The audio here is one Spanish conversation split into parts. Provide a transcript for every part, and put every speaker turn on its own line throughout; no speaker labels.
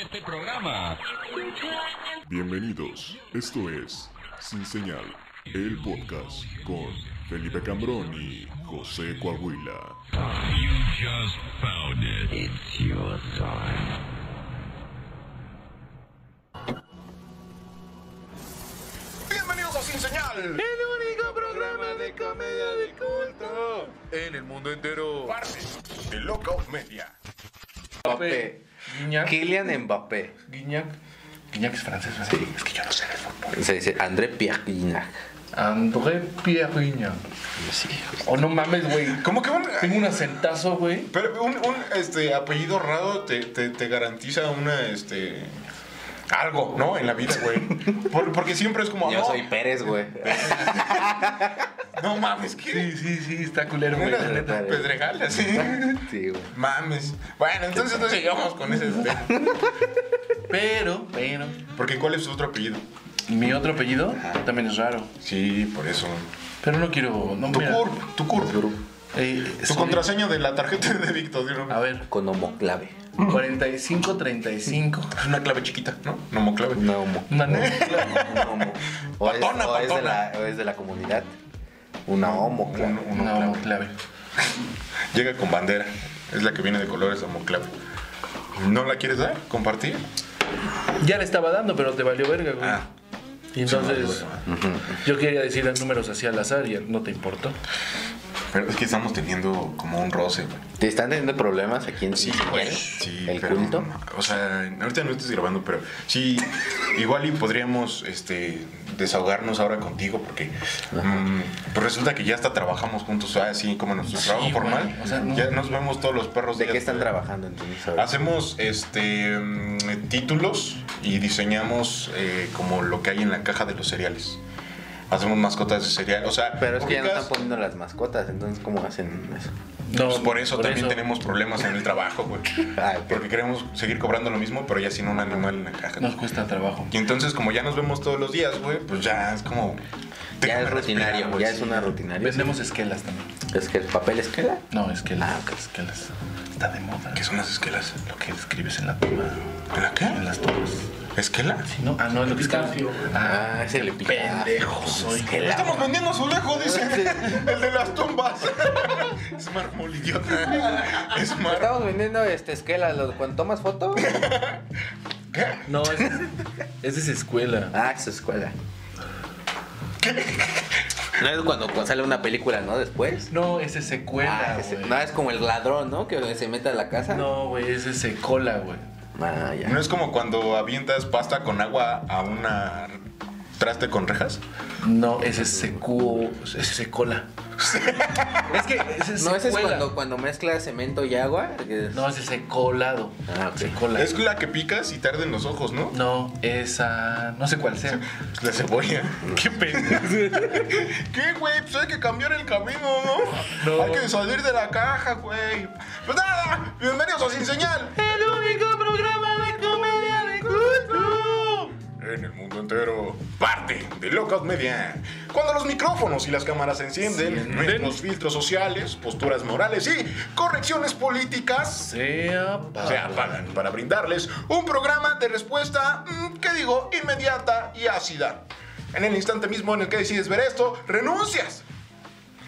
este programa.
Bienvenidos, esto es Sin Señal, el podcast con Felipe Cambrón y José Coahuila.
You just found it. It's your time.
Bienvenidos a Sin Señal,
en el mundo entero.
parte de Lockout Media.
Mbappé.
Guiñac.
Kylian Mbappé.
Guiñac. Guiñac es francés, ¿verdad? Es que yo no sé de fútbol.
Se dice André Pierre Guignac.
André Pierre Guiñac.
Sí.
Oh, no mames, güey.
¿Cómo que un,
Tengo un acentazo, güey.
pero un, un, este, apellido raro te, te- te garantiza una, este, algo, ¿no? En la vida, güey. Por- porque siempre es como,
Yo
no,
soy Pérez, güey.
no mames, que...
Sí, sí, sí, está culero, güey.
Era
la neta.
Pérez.
pedregal, así.
Sí, güey.
Mames. Bueno, entonces no sigamos con ese, este.
Pero, pero.
Porque ¿cuál es su otro apellido?
Mi otro apellido también es raro.
Sí, por eso.
Pero no quiero. No,
Tu
mira.
curp, tu curp.
Eh,
Tu
soy-
contraseña de la tarjeta de Víctor.
A ver,
Con homoclave.
4535.
Es una clave chiquita, ¿no? Nomoclave.
Una homo.
Una no.
Una homo. O es,
Patona,
o es de
patona.
la, o es de la comunidad. Una homo, claro.
Un- un
Una
homoclave.
clave.
Llega con bandera. Es la que viene de colores a Monclave. ¿No la quieres dar? ¿Compartir?
Ya le estaba dando, pero te valió verga, güey.
Ah.
Y entonces, yo quería decir los números así al azar y no te importó.
Pero es que estamos teniendo como un roce, güey.
¿Te están teniendo problemas aquí en Sin Señal?
Sí,
¿El
pero,
culto?
O sea, ahorita no estás grabando, pero sí, igual y podríamos este, desahogarnos ahora contigo porque mm, pues resulta que ya hasta trabajamos juntos, así como en nuestro
Sí,
trabajo
güey,
formal.
o sea, no.
Ya nos vemos todos los perros.
¿De
días.
qué están trabajando entonces ahora?
Hacemos este mm, títulos y diseñamos eh, como lo que hay en la caja de los cereales. Hacemos mascotas de cereal, o sea,
Pero es que ya no
ubicas-
están poniendo las mascotas, entonces ¿cómo hacen eso?
No,
Pues por eso también tenemos problemas en el trabajo, güey.
Ah, ok.
Porque queremos seguir cobrando lo mismo, pero ya sin un animal en la caja.
Nos cuesta trabajo.
Y entonces, como ya nos vemos todos los días, güey, pues ya es como.
Ya
déjame
es
respirar,
rutinario,
güey,
ya
sí.
es una rutinaria.
Vendemos esquelas también.
Es que el papel es que
No, esquelas.
Ah, ok.
Esquelas. Está de moda.
¿Qué son las esquelas?
Lo que escribes en la toma.
¿En la qué?
En las tomas.
¿Esquela?
Sí, ¿no? Ah, no, es lo que escribes.
Ah, es el pendejo. Soy
Estamos vendiendo azulejo, dice. el de las tumbas. es mármol, idiota. Es mármol.
Estamos vendiendo este esquela, lo- cuando tomas foto.
No, es, es esa escuela.
Ah, es escuela. No es cuando cu- sale una película, ¿no? Después.
No, esa es secuela,
Ah, es-
güey.
no, es como el ladrón, ¿no? Que se mete a la casa.
No, güey, esa es secola, güey.
Ah,
¿No
ya.
es como cuando avientas pasta con agua a una traste con rejas?
No, ese es secu... Ese es secola. es que ese es
No, ese es
secuela.
cuando, cuando mezclas cemento y agua. que es-
No, ese es secolado.
Ah, ok.
Secola.
Es la que picas y tarda en los ojos, ¿no?
No, esa... No sé cuál sea.
Pues La cebolla. Qué pendejo. ¿Qué, güey? Pues hay que cambiar el camino, ¿no?
No.
Hay que salir de la caja, güey. Pues nada, bienvenidos a Sin Señal.
El único programa de comedia de culto.
En el mundo entero, parte de Lockout Media. Cuando los micrófonos y las cámaras se encienden, nuestros filtros sociales, posturas morales y correcciones políticas
Se apaga.
se apagan para brindarles un programa de respuesta, mm, ¿qué digo?, inmediata y ácida. En el instante mismo en el que decides ver esto, renuncias.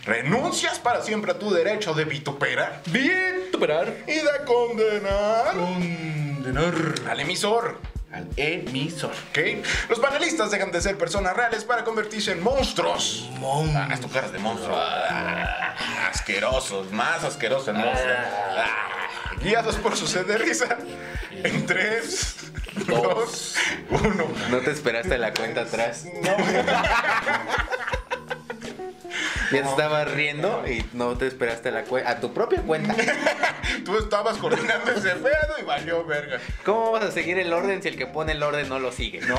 Renuncias para siempre a tu derecho de vituperar
Bien, superar.
y de condenar
Condenar
al emisor.
al emisor.
¿ok? Los panelistas dejan de ser personas reales para convertirse en monstruos. Ah, haz tu cara de monstruo. Ah, asquerosos, más asquerosos en monstruo. Ah, guiados por su sed de risa. En 3, 2, 1.
No te esperaste la cuenta atrás. Ya te estabas riendo y no te esperaste la cuenta. A tu propia cuenta.
Tú estabas coordinando ese pedo y valió verga.
¿Cómo vas a seguir el orden si el que pone el orden no lo sigue?
No,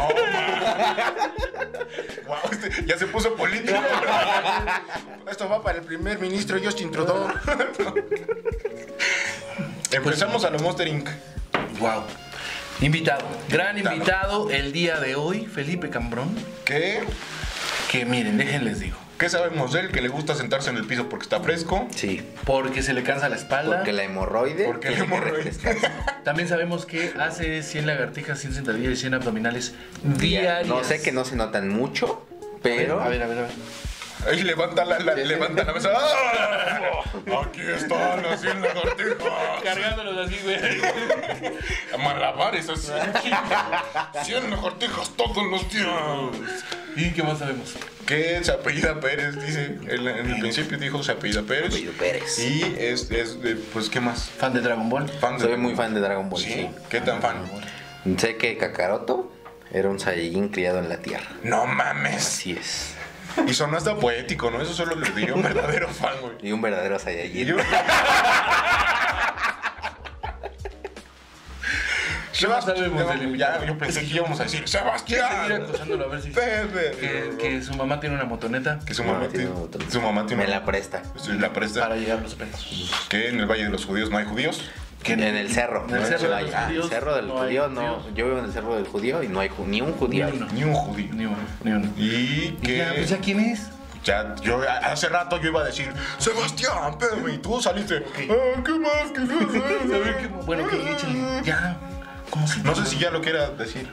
wow, este ya se puso político. Esto va para el primer ministro Justin Trudeau. Pues Empezamos a lo Monster Inc.
Wow. Invitado. Gran invitado el día de hoy, Felipe Cambrón.
¿Qué?
Que miren, déjenles digo.
¿Qué sabemos de él? Que le gusta sentarse en el piso porque está fresco.
Sí.
Porque se le cansa la espalda.
Porque la hemorroide.
Porque la
tiene que
hemorroide.
refrescarse.
También sabemos que hace 100 lagartijas, 100 sentadillas y 100 abdominales diarias.
No sé que no se notan mucho, pero.
A ver, a ver, a ver.
Ahí levanta la, la- levanta la mesa. ¡Ah! Aquí están las 100 lagartijas.
Cargándolos así, güey.
Malabares así. 100 lagartijas todos los días.
¿Y qué más sabemos?
Que se apellida Pérez, dice. Él en el principio dijo se apellida Pérez.
Apellido Pérez.
Y es, es de- pues, ¿qué más?
Fan de Dragon Ball.
Fan
Soy muy fan de Dragon Ball.
¿Sí? ¿Qué tan fan?
sí. Sé que Kakaroto era un Saiyajin criado en la tierra.
No mames.
Así es.
Y sonó hasta poético, ¿no? Eso solo lo diría un verdadero fan, güey.
Y un verdadero
Y
Saiyajin.
yo- Sebastián,
sabemos del
ya, yo pensé que íbamos a decir
Seguir
Sebastián.
acosándolo a ver si. Que,
Pepe.
que su mamá tiene una motoneta
Que su mamá
No,
tiene,
tiene otro.
su mamá tiene
Me la presta.
Sí, la presta.
para llegar a los pesos.
Que en el Valle de los Judíos no hay judíos.
Que en el cerro.
En el
¿no?
cerro de los
Ah, el
judíos
cerro del
no hay
judío, no.
judíos.
Yo vivo en el cerro del judío y no hay ju- ni un judío.
Ni uno.
Ni un judío.
Ni uno, ni uno.
Y
Y ya, pues ya
que
quién es.
ya, yo hace rato yo iba a decir Sebastián, Pepe, y tú saliste. "Ah, ¿Qué más? ¿Qué más?
A ver, qué- bueno, que échale. Ya. ¿Cómo se
No sé si ya lo quieras decir.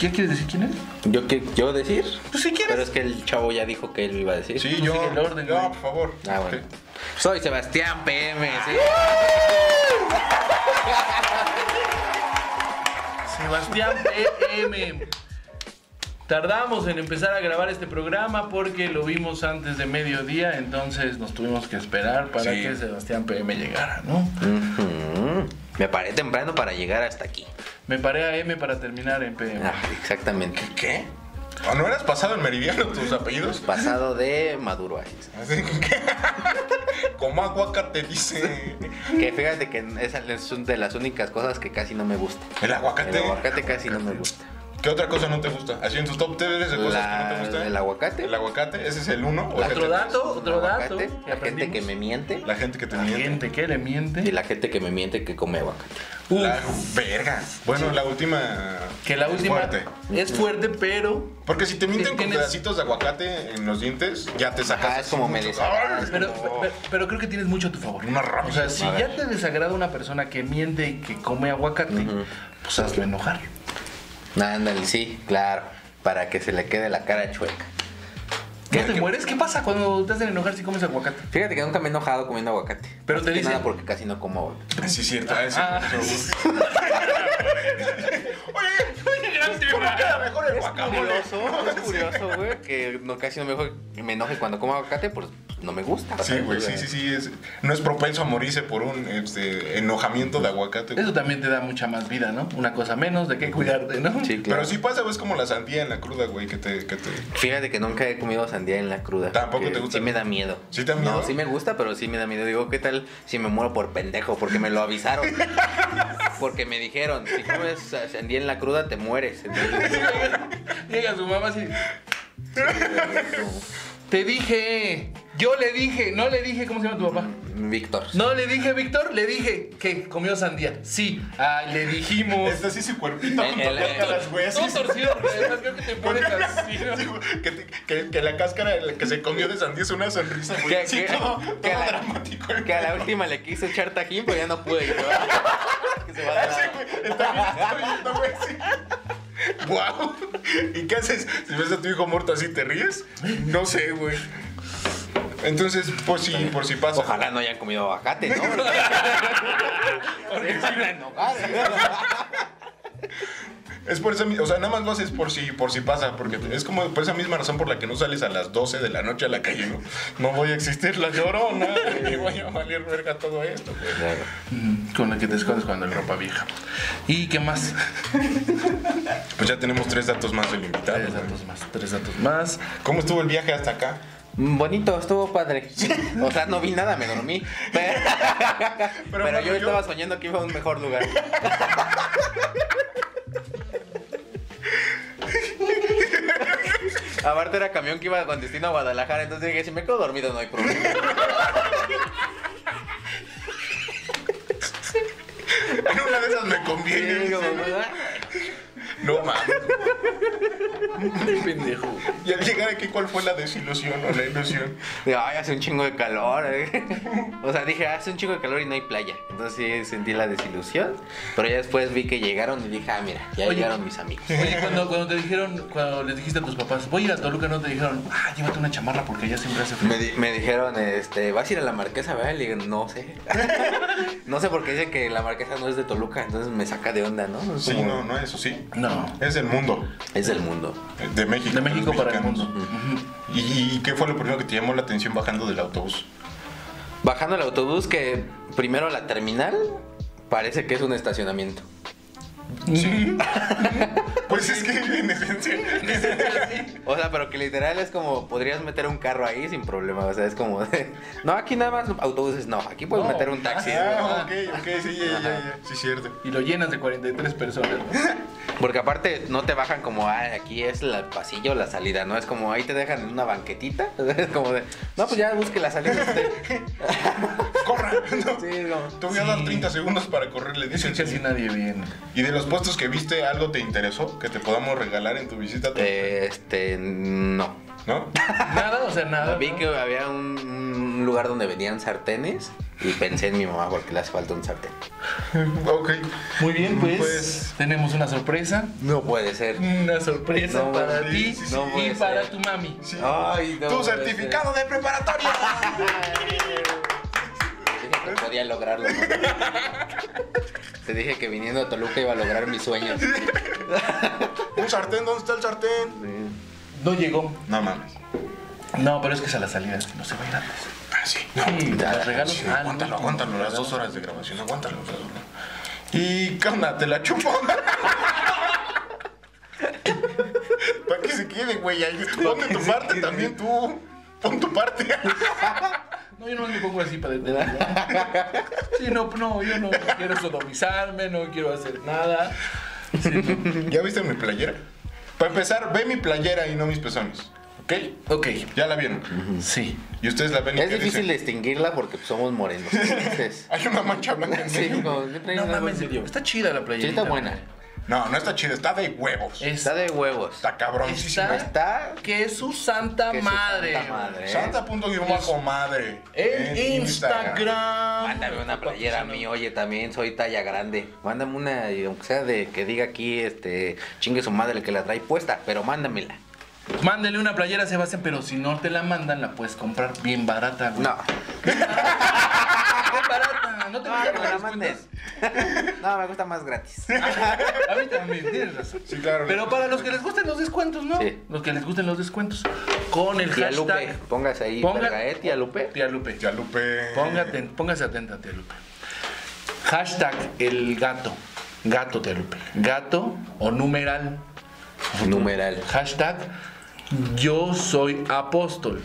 ¿Qué quieres decir quién es?
Yo qué- yo decir.
Pues si quieres.
Pero es que el chavo ya dijo que él lo iba a decir.
Sí,
Tú
yo.
sigue el orden,
no,
güey.
por favor.
Ah, bueno.
Sí.
Soy Sebastián PM, sí.
Ah. Sebastián PM. Tardamos en empezar a grabar este programa porque lo vimos antes de mediodía, entonces nos tuvimos que esperar para
Sí.
que Sebastián PM llegara, ¿no?
Ujú. Me paré temprano para llegar hasta aquí.
Me paré a M para terminar en PM.
Ah, exactamente.
¿Qué? ¿O ¿No eras pasado en meridiano tus apellidos?
Pasado de Maduro así es.
Así que- Como aguacate dice.
Que fíjate que esa es un- de las únicas cosas que casi no me gusta.
El
El
aguacate.
aguacate casi no me gusta.
¿Qué otra cosa no te gusta? Así en tus top 3 de cosas que no te
La-
gustan.
¿El aguacate?
El aguacate, ese es el 1 o es el
Otro
tres?
dato, otro
El
dato.
aguacate,
que
La gente que
aprendimos.
me miente.
La gente que te
La
miente.
gente que le miente.
Y la gente que me miente que come aguacate.
Uf,
La verga. Bueno, la última.
que la
es
última
fuerte.
es fuerte, pero
Porque si te mienten con
Tienes-
pedacitos de aguacate en los dientes, ya te sacas.
Ajá, es como me
mucho-
desagradas,
Pero,
no.
pero, pero creo que tienes mucho a tu favor.
Una rabia.
O sea, si
A ver.
ya te desagrada una persona que miente y que come aguacate, pues hazlo enojar.
Ándale, sí, claro. Para que se le quede la cara chueca.
¿No te mueres? ¿Qué pasa cuando te hacen enojar si comes aguacate?
Fíjate que nunca me he enojado comiendo aguacate.
Pero
Más
te
que
dicen-
Nada porque casi no como aguacate.
Pues Sí, cierto. ese-
Ah.
ese-
Es curioso, es curioso, güey. Que no, casi no me, enoje- me enoje cuando como aguacate, pues no me gusta.
Sí, güey, sí, sí, sí. es- no es propenso a morirse por un este, enojamiento de aguacate. güey.
Eso también te da mucha más vida, ¿no? Una cosa menos de qué cuidarte, ¿no?
Sí, claro.
Pero sí pasa, güey, es como la sandía en la cruda, güey, que te, que te...
Fíjate que nunca he comido sandía en la cruda.
Tampoco
porque
te gusta.
Sí me da miedo.
¿Sí te da miedo?
No, sí me gusta, pero sí me da miedo. Digo, ¿qué tal si me muero por pendejo? Porque me lo avisaron. porque me dijeron, si comes sandía en la cruda, te mueres. Entonces,
Llega su mamá así. Te dije, yo le dije, no le dije, ¿cómo se llama tu papá?
Víctor.
No le dije, Víctor, le dije que comió sandía. Sí, ah, le dijimos.
Está este, así su cuerpito
El-
con
el-
la las güey, así.
Todo torcido, porque además creo que te pones así. ¿no?
Sí, güey, que, te- que- que la cáscara de la que se comió de sandía es una sonrisa, güey.
Que-
Sí,
que-
todo, todo
que a la-
dramático. el
Que a la última le quise echar tajín, pero ya no pude. Y se va- que se va de
Sí,
lado.
güey, Está bien, está viendo, güey, sí. Guau. ¿Y qué haces? Si ves a tu hijo muerto así, ¿te ríes? No sé, güey. Entonces, por si, por si pasa.
Ojalá no hayan comido aguacate, ¿no? Se van a enojar.
Es por esa, mi- o sea, nada más lo haces por si, por si pasa, porque es como por esa misma razón por la que no sales a las 12 de la noche a la calle, ¿no? No voy a existir la llorona, ni voy a valer verga todo esto, güey.
Mm, Con la que te escondes cuando hay ropa vieja. ¿Y qué más?
Pues ya tenemos tres datos más del invitado.
Tres datos más, tres datos más.
¿Cómo estuvo el viaje hasta acá?
Mm, Bonito, estuvo padre. O sea, no vi nada, me dormí. Pero,
Pero,
pero yo
yo-
estaba soñando que iba a un mejor lugar. Aparte era camión que iba con destino a Guadalajara, entonces dije, si me quedo dormido no hay problema.
En una de esas me
Y
conviene.
digo, "Ah".
No mames.
Qué pendejo.
Y al llegar aquí, ¿cuál fue la desilusión o la ilusión?
Digo, ay, hace un chingo de calor. eh". O sea, dije, hace un chingo de calor y no hay playa. Entonces sí sentí la desilusión. Pero ya después vi que llegaron y dije, ah, mira, ya
Oye.
llegaron mis amigos.
Oye, cuando, cuando te dijeron, cuando les dijiste a tus papás, voy a ir a Toluca, no te dijeron, ah, llévate una chamarra porque allá siempre hace frío.
Me, di- me dijeron, este, ¿vas a ir a la marquesa, verdad? Le digo, no sé. no sé porque dicen que la marquesa no es de Toluca, entonces me saca de onda, ¿no? Es
Sí,
como-
no, no es eso, sí.
No.
Es el mundo.
Es del mundo.
De México.
De México
los
para el
mexicanos.
mundo. Ujú.
¿Y, y qué fue lo primero que te llamó la atención bajando del autobús?
Bajando el autobús, que primero la terminal parece que es un estacionamiento.
Pues es que en esencia.
O sea, pero que literal es como podrías meter un carro ahí sin problema. O sea, es como de, no, aquí nada más autobuses, no, aquí puedes
No,
meter un taxi.
Ah, ok, ok, sí, ya, ya, ya. Sí, cierto.
Y lo llenas de 43 personas.
Porque aparte no te bajan como, ah, aquí es la- el pasillo, la salida, ¿no? Es como ahí te dejan en una banquetita. Es como de, no, pues ya busque la salida usted.
¡Corra! No.
Sí, no.
Te voy a dar 30 segundos para correr, le
Dicen
dicen.
que así nadie viene.
¿Y de los puestos que viste, algo te interesó que te podamos regalar en tu visita?
Eh, Este, no.
¿No?
Nada, o sea, nada.
Vi
¿no?
que había un, un lugar donde vendían sartenes y pensé en mi mamá porque le hace falta un sartén.
Ok.
Muy bien, pues,
Pues-
tenemos una sorpresa.
No puede ser.
Una sorpresa
No,
para
sí,
ti
sí,
sí. No
y
puede
para
ser.
tu mami.
Sí.
Ay, no
¡Tu
puede ser.
certificado de preparatoria!
Dije que podía lograrlo. ¿no? Te dije que viniendo a Toluca iba a lograr mis sueños.
¿Un sartén? ¿Dónde está el sartén?
No llegó.
No mames.
No, pero es que es a la salida, no se va a ir antes.
Ah, sí.
Sí,
ya,
los regalos.
Sí,
ah,
aguántalo,
no.
aguántalo, las dos horas de grabación, aguántalo. las dos horas. Y ¿qué onda? te la chupo. Para que se quede, güey. ahí. Ponte tu parte también tú. Pon tu parte.
No, yo no me pongo así para detenerlo. Sí, no, no, yo no quiero sodomizarme, no quiero hacer nada.
¿Ya viste mi playera? Para empezar, ve mi playera y no mis pezones. ¿Ok?
Ok,
Ya la vieron.
sí.
Y ustedes la ven y
Es
qué
difícil
dicen?
distinguirla porque pues, somos morenos. Entonces,
Hay una mancha blanca en
sí,
medio.
como, ¿qué traes
No
algo
mames,
en serio?
está chida la
Sí,
playera.
está buena.
No, no está chida, está de huevos.
Está de huevos.
Está cabroncísima.
Eh, Está-
Está
Que es su santa
que su
madre.
santa madre. ¿eh?
Santa punto guión bajo madre. Eh,
En Instagram.
Mándame una playera a mí, oye, también soy talla grande. Mándame una, y aunque sea de que diga aquí, este, chingue su madre el que la trae puesta, pero mándamela.
Mándale una playera a Sebastián, pero si no te la mandan, la puedes comprar bien barata, güey.
No,
Bien barata, no te
no,
voy a
no me la
pagar las
mandes. No, me gusta más gratis.
cuentas. A mí también, tienes razón.
Sí, claro.
Pero para los que les gusten los descuentos, ¿no?
Sí.
Los que les gusten los descuentos. Con el
Tía
hashtag.
Lupe, póngase ahí,
Ponga-
verga, ¿eh? Tía Lupe.
Tía Lupe.
Ya Lupe.
Póngate, póngase atenta, tía Lupe. Hashtag el gato. Gato, tía Lupe. Gato o numeral.
Numeral.
Hashtag yo soy apóstol.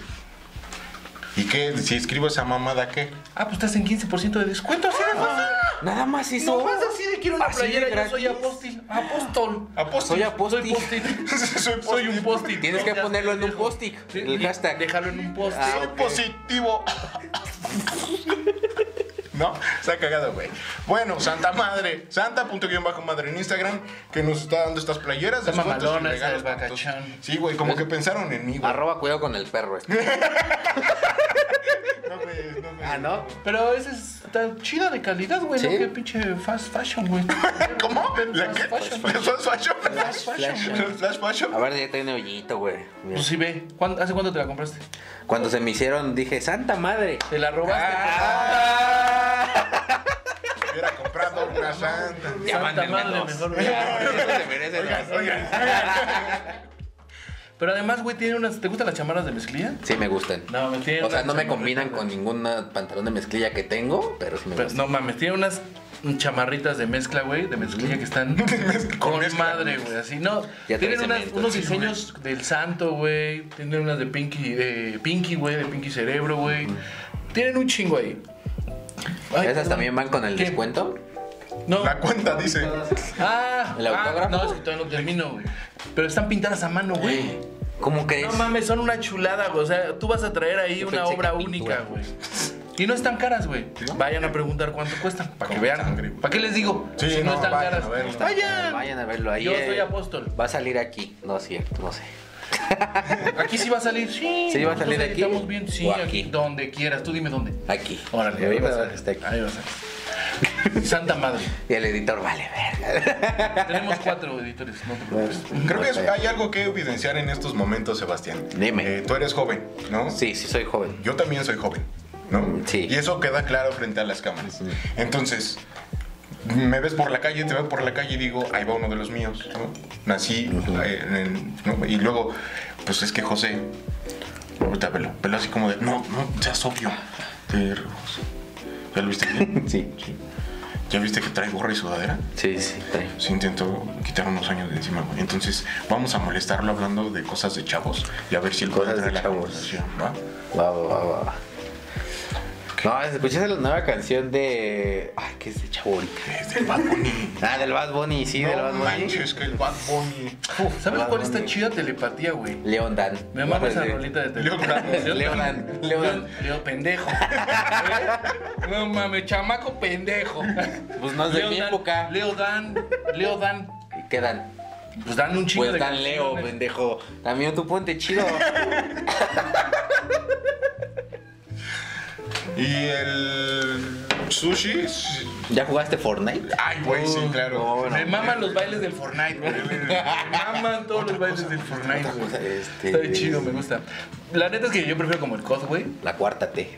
¿Y qué? Si escribo esa mamada, ¿qué?
Ah, pues estás en 15% de descuento. Así de fácil.
Nada más Ah, hizo.
No más así de quiero una
Así de
playera. Yo
gratis.
soy apóstol. Apóstol.
Apóstol.
Soy apóstol.
Soy post-it.
Soy
Soy un
post-it.
post-it.
Tienes que
Ya,
ponerlo en un
pendejo.
post-it,
Sí,
el
y
hashtag.
Déjalo en un post-it.
Ah,
Soy
ok.
positivo. No, se ha cagado, güey. Bueno, Santa Madre, Santa punto guión bajo madre en Instagram, que nos está dando estas playeras.
Está
descuentos y
mamalona esa
regalos.
del Bacachán.
Sí, güey, como que pensaron en mí, güey.
Arroba cuidado con el perro. este.
No, güey, no, güey.
Ah, ¿no?
Pero esa está chida de calidad, güey.
¿Sí?
No que pinche fast fashion, güey.
¿Cómo? ¿La
Fast
qué?
fashion.
Flash fashion.
Flash fashion.
Flash fashion.
A ver, ya tiene hoyito, güey. Mira.
Pues sí, ve. ¿Cuándo- ¿Hace cuánto te la compraste?
Cuando se me hicieron, dije, santa madre.
Te la robaste.
Ah,
Ah.
Hubiera comprado una santa.
Ya
Santa
mándenme
madre,
dos.
mejor. güey.
Eso se merece
Oigan,
dos.
oigan.
Pero además, güey, tiene unas. ¿Te gustan las chamarras de mezclilla?
Sí, me gustan.
No, me tiene
O sea,
unas
no me
chamarritas.
combinan con ningún pantalón de mezclilla que tengo, pero sí me
Pero,
gustan.
no mames, tiene unas chamarritas de mezcla, güey, de mezclilla que están con madre, güey, así. No,
Ya trae
tienen unas-
cemento,
unos
sí,
diseños del santo, güey. Tienen unas de Pinky, de Pinky, güey, de Pinky Cerebro, güey. Tienen un chingo ahí. Ay,
¿Esas
perdón.
también van con el
¿Qué?
descuento?
No.
La cuenta dice.
Ah,
¿El
ah,
autógrafo?
no, es que todavía no termino, güey. Pero están pintadas a mano,
Eh.
güey.
¿Cómo crees?
No mames, son una chulada, güey. O sea, tú vas a traer ahí
Yo
una
pensé que
obra
pintura.
única, güey. Y no están caras, güey. Vayan a preguntar cuánto cuestan, para que
Con
vean.
sangre, güey.
¿Para qué les digo?
Sí,
si
no,
no, están
vayan
caras.
a verlo.
Vayan.
Vayan a verlo ahí.
Yo
eh,
soy apóstol.
Va a salir aquí. No es cierto, no sé.
Aquí sí va a salir. Sí,
¿Sí va a salir
nosotros
aquí?
editamos bien, sí,
¿O
aquí?
aquí?
donde quieras. Tú dime dónde.
Aquí.
Órale,
Yo
ahí
iba
va
a
a
ver
salir.
que está aquí.
Ahí va a salir. Santa madre.
Y el editor, vale, verga.
Tenemos cuatro editores, no te preocupes.
Creo que es- hay algo que evidenciar en estos momentos, Sebastián.
Dime.
Eh, tú eres joven, ¿no?
Sí, sí, soy joven.
Yo también soy joven, ¿no?
Sí.
Y eso queda claro frente a las cámaras. Entonces, me ves por la calle, te veo por la calle y digo, ahí va uno de los míos, ¿no? Nací eh, en el- ¿no? Y luego, pues es que José, ahorita velo, velo así como de, no, no, seas obvio. Te- ¿Ya lo viste bien?
Sí,
¿Ya viste que trae gorra y sudadera?
sí, sí. trae.
se intentó quitar unos años de encima, güey. Entonces, vamos a molestarlo hablando de cosas de chavos y a ver si él puede
Cosas
traer
de
la
chavos.
conversación, ¿va?
Va, va, va, va, va. No, escuchaste la nueva canción de. Ay, ¿qué es de chavo ahorita?
Es del Bad Bunny.
Ah, del Bad Bunny, sí, del
no
Bad Bunny.
manches, que el Bad Bunny.
Uf, ¿Sabes
Bad
cuál está
Bunny.
chida telepatía, güey?
León Dan.
Me amaba esa
Sí.
rolita de
Leo Dan.
telepatía.
Leo Dan.
Leo Dan. Leo pendejo. ¿Eh? No mames, chamaco pendejo.
Pues no es de
Leo
mi
Dan,
época.
Leo Dan. Leo Dan.
¿Y ¿Qué dan?
Pues dan un chingo
Pues
de
dan Leo,
canciones.
pendejo. También tú ponte chido.
Y el. Sushi.
¿Ya jugaste Fortnite?
Ay, güey, sí, claro.
Oh, no,
Me maman los bailes del Fortnite, güey. Me maman todos los bailes del Fortnite, güey.
cosa, este,
Está bien chido, me gusta. La neta es que yo prefiero como el COD, güey.
La cuarta T.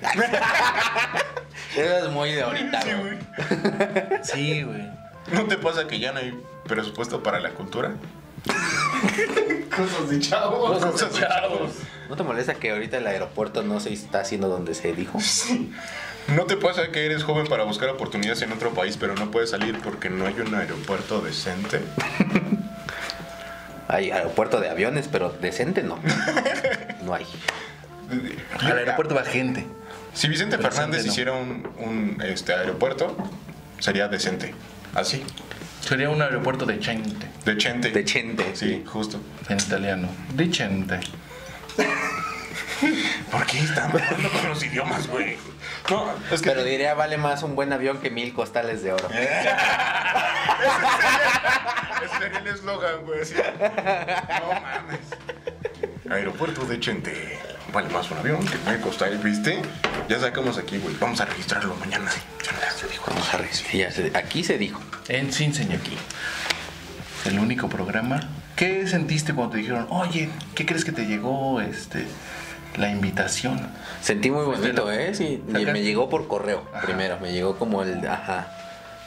Eso es muy de ahorita,
Sí,
güey.
güey.
Sí, güey.
¿No te pasa que ya no hay presupuesto para la cultura? cosas de chavos.
Cosas de chavos.
¿No te molesta que ahorita el aeropuerto no se está haciendo donde se dijo?
¿No te pasa que eres joven para buscar oportunidades en otro país, pero no puedes salir porque no hay un aeropuerto decente?
Hay aeropuerto de aviones, pero decente no. No hay.
Al aeropuerto va gente.
Si Vicente
Presente,
Fernández
no.
hiciera un, un, este, aeropuerto, sería decente. Así,
Sería un aeropuerto de gente.
decente.
Decente.
Sí, justo.
En italiano. De gente.
¿Por qué estamos hablando con los idiomas, güey? No, es que
Pero diría, vale más un buen avión que mil costales de oro.
Eh,
ese sería el eslogan, güey. así. No mames. Aeropuerto decente. Vale más un avión que me costa, ¿viste? Ya sacamos aquí, güey. Vamos a registrarlo mañana.
Vamos a revisar. Ya se- Aquí se dijo.
En Sin Señor. aquí. El único programa. ¿Qué sentiste cuando te dijeron, oye, ¿qué crees que te llegó este, la invitación?
Sentí muy bonito, ¿eh? Sí, y
Sacaste.
me llegó por correo primero, me llegó como el, ajá,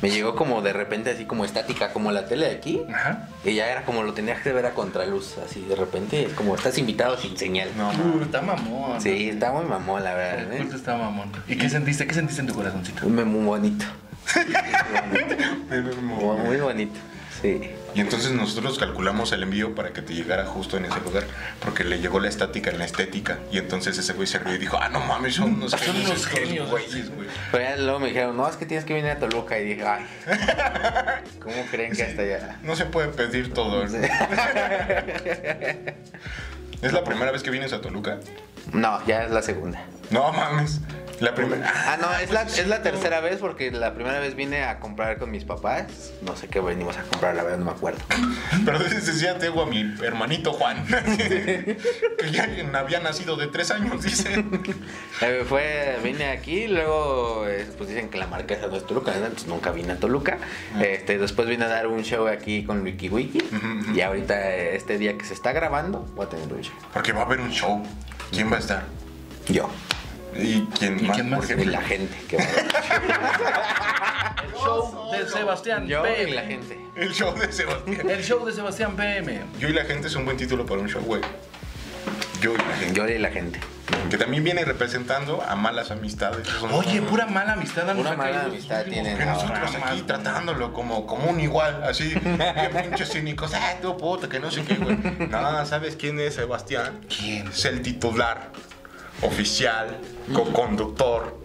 me llegó como de repente así como estática, como la tele de aquí,
Ajá.
y ya era como lo tenías que ver a contraluz, así de repente, es como estás invitado sin señal.
No,
Uh, está mamón.
Sí, está muy mamón, la verdad,
El
¿eh?
culto está mamón. ¿Y qué sentiste? ¿Qué sentiste en tu corazoncito?
Muy, muy bonito,
mames.
muy bonito, sí.
Y entonces nosotros calculamos el envío para que te llegara justo en ese lugar, porque le llegó la estática en la estética. Y entonces ese güey se rió y dijo, ah, no mames, son unos
Son
genios.
unos
estos
genios.
güeyes, güey".
Pero ya luego me dijeron, no, es que tienes que venir a Toluca, y dije, ay, ¿cómo creen que hasta allá?
No se puede pedir todo. ¿no? ¿Es la primera vez que vienes a Toluca?
No, ya es la segunda.
No mames. La primera.
Ah, no, es la, es la tercera vez porque la primera vez vine a comprar con mis papás. No sé qué venimos a comprar, la verdad no me acuerdo.
Pero decía Tego a mi hermanito Juan. que ya había nacido de tres años, dice.
Eh, fue, vine aquí, luego eh, pues dicen que la marquesa no es Toluca, ¿verdad? entonces nunca vine a Toluca. Este, después vine a dar un show aquí con Wiki Wiki. Y ahorita eh, este día que se está grabando, voy a tener un show.
Porque va a haber un show. ¿Quién va a estar?
Yo.
¿Y quién
¿Y
más?
quién más?
Porque-
Y la gente que va a-
El show de Sebastián
Yo
PM.
y la gente.
El show de Sebastián.
El show de Sebastián PM.
Yo y la gente es un buen título para un show, güey. Yo y la gente.
Yo y la gente.
Que también viene representando a malas amistades. que son-
Oye, pura mala amistad. nos
Pura
ha
mala
caído los
amistad
últimos
tienen
Que nosotros
programas,
aquí
güey.
tratándolo como, como un igual, así, bien pinches cínicos, ah, tú puto, que no sé qué, güey. No, ¿sabes quién es Sebastián?
¿Quién?
Es el titular oficial, co-conductor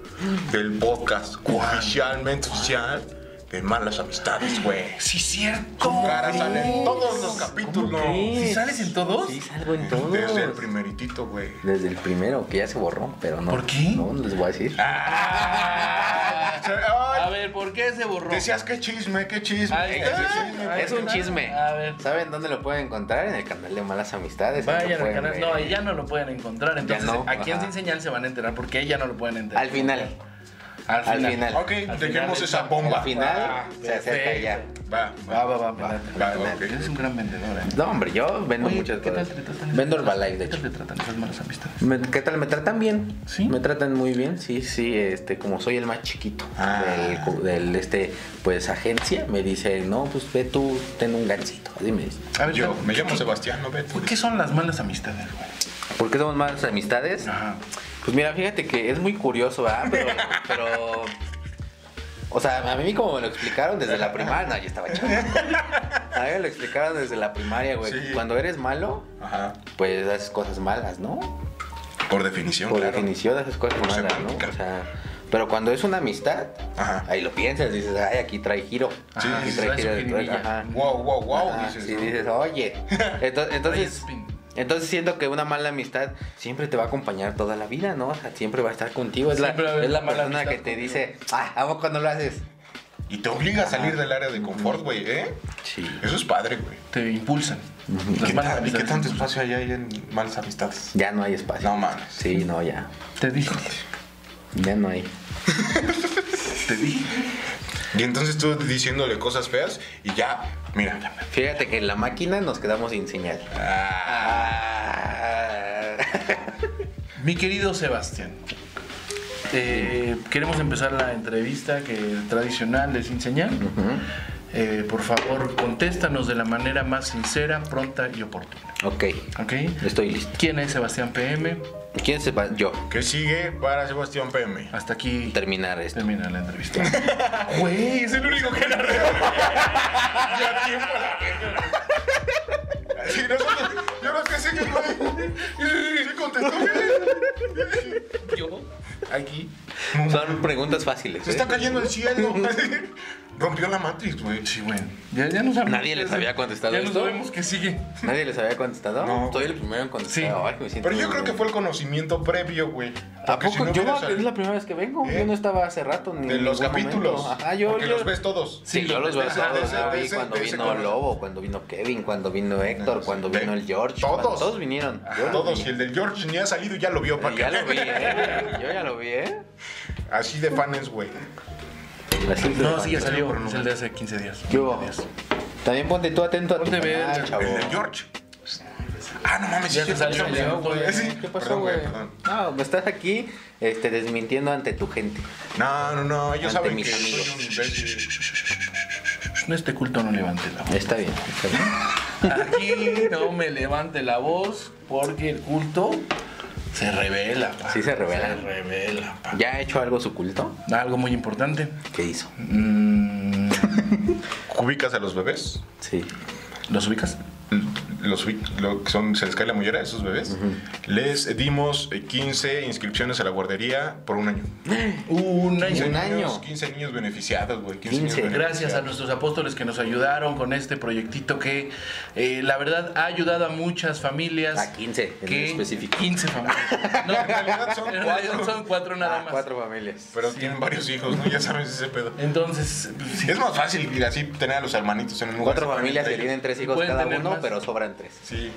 del podcast, oficialmente oficial de malas amistades, güey.
Sí, cierto.
Su cara sale en todos los capítulos.
¿Sí sales en todos?
Sí, salgo en todos.
Desde el primeritito, güey.
Desde el primero, que ya se borró, pero no.
¿Por qué?
No, no les voy a decir.
Ah,
A
ay,
ver, ¿por qué se borró?
Decías que chisme, qué chisme.
Ay,
qué
ay,
chisme.
ay.
es un chisme.
A ver.
¿Saben dónde lo pueden encontrar? En el canal de Malas Amistades. ahí lo
Vayan al
pueden
canal.
ver.
No, ahí ya no lo pueden encontrar. Entonces,
no,
aquí en
ajá.
Sin Señal se van a enterar porque ahí ya no lo pueden enterar.
Al final.
Al
al final.
Ok,
Al
dejemos
final
esa
está-
bomba.
Al final
Ah,
se acerca
perfecto.
ya.
Va,
Va,
va.
va, va. va.
Va, ok.
Eres un gran vendedor, ¿eh?
No, hombre, yo vendo
Oye,
muchas
¿qué tal
cosas.
te tratan?
Vendo Herbalife, de
¿Qué
hecho.
tal te tratan esas malas amistades?
Me- ¿Qué tal? ¿Me tratan bien?
¿Sí?
Me tratan muy bien, sí, sí. Este, como soy el más chiquito
Ah.
del, cu- del, este, pues, agencia, me dice, no, pues ve tú, ten un gancito. Así me dice.
A ver,
Yo
¿qué-
me
qué-
llamo Sebastián, ¿no ves?
¿Por qué son las malas amistades, güey?
¿Por qué somos malas amistades?
Ajá.
Pues mira, fíjate que es muy curioso, ¿verdad? Pero, pero- O sea, a mí como me lo explicaron desde la primaria... No, yo estaba chavo. A mí me lo explicaron desde la primaria, güey.
Sí.
Cuando eres malo,
Ajá.
pues haces cosas malas, ¿no?
Por definición,
Por
claro.
definición haces cosas
Por
malas, ¿no?
semántica.
O sea, pero cuando es una amistad,
Ajá.
ahí lo piensas, dices, ay, aquí trae giro.
Sí,
aquí
sí, trae su jiribilla.
ajá.
Wow, wow, wow.
Ajá,
Ah, dices,
sí,
¿no?
Ah, dices, oye. Ento- Entonces,
spin.
entonces siento que una mala amistad siempre te va a acompañar toda la vida, ¿no? O sea, siempre va a estar contigo. Es la,
Siempre va a haber
es la
una mala
persona que
amistad
te
contigo.
dice, ah, amo cuando lo haces.
Y te obliga a salir del área de confort, güey, ¿eh?
Sí.
Eso es padre, güey.
Te impulsan.
¿Y
Las
qué,
malas
tan- y qué
amistades.
tanto espacio hay ahí en malas amistades?
Ya no hay espacio.
No mames.
Sí, no, ya.
Te dije.
Ya no hay.
Te dije.
Y entonces tú diciéndole cosas feas y ya, mira.
Fíjate que en la máquina nos quedamos sin señal. Ah.
Mi querido Sebastián, eh, queremos empezar la entrevista que tradicional de Sin Señal. Eh, por favor, contéstanos de la manera más sincera, pronta y oportuna.
Ok,
¿Ok?
estoy listo.
¿Quién es Sebastián PM?
¿Quién sepa? Yo.
¿Qué sigue para Sebastián PM?
Hasta aquí
Terminar esto.
termina la entrevista. Güey, es el único que la re-
Sí, nosotros, yo no sé si güey. Y sí contestó bien.
Yo, aquí.
Son preguntas fáciles.
Se
¿eh?
está cayendo el cielo. Rompió la matriz, güey. Sí, güey.
Ya, ya no sabemos
Nadie les
qué
había
hacer.
contestado
Ya
esto.
no sabemos qué sigue.
Nadie les había contestado.
No.
Soy el primero en contestar.
Sí.
Ay, me siento
Pero yo
muy
creo que
bien.
fue el conocimiento previo, güey.
¿A
Porque
poco?
si no
yo
hubiera
es
salido
la primera vez que vengo.
¿Eh?
Yo no estaba hace rato ni.
de
en
los
ningún
capítulos.
momento. Ajá, yo.
Porque
yo-
los ves todos.
Sí,
Sí,
yo los
de
veo
ese-
todos.
de ese-
Yo
de
vi
ese-
cuando
de ese
vino
color.
Lobo, cuando vino Kevin, cuando vino Héctor, cuando
De-
vino el George. cuando-
Todos.
Todos vinieron. Yo los
Todos.
vi.
Y el del George ni ha salido y ya lo vio. para
Ya
que-
lo vi, ¿eh? Yo ya lo vi, ¿eh?
Así de fanes, güey.
Así
No, sí, ya
pero
salió.
no.
Es el de hace 15 días.
¿Qué hubo? También ponte tú atento a tu
Ponte bien,
canal, chavo.
El del George. Ah, no mames,
Ya
sí,
se salió,
sí,
ya.
güey. Sí.
¿Qué pasó,
Perdón,
güey?
perdón.
No, me estás aquí este, desmintiendo ante tu gente.
No, no, no, ellos
Ante
saben
mis
que
amigos.
soy un imbécil.
No, este culto no levante la voz.
Está bien. está bien.
Aquí no me levante la voz porque el culto se revela. pa.
Sí se
Se
revela.
revela. pa.
¿Ya ha hecho algo su culto?
Algo muy importante.
¿Qué hizo?
Mm,
¿Ubicas a los bebés?
Sí.
¿Los ubicas?
Los ubic- lo que son, se les cae la mollera a esos bebés. Les dimos eh, 15 inscripciones a la guardería por un año.
Un año.
15
Un año.
niños- 15 niños beneficiados, güey. 15,
15.
niños
Gracias a
beneficiados.
nuestros apóstoles que nos ayudaron con este proyectito que, eh, la verdad, ha ayudado a muchas familias.
A 15 en
que-
específico.
15 familias. No,
En realidad son
en realidad
cuatro.
son cuatro nada
Ah,
más.
cuatro familias.
Pero tienen varios hijos, ¿no? Ya sabes ese pedo.
Entonces, sí,
Es más fácil ir así tener a los hermanitos en un lugar.
Cuatro
separado
familias que
entre ellos.
tienen tres hijos
Pueden
cada
tener
uno,
más.
pero sobran tres.
Sí.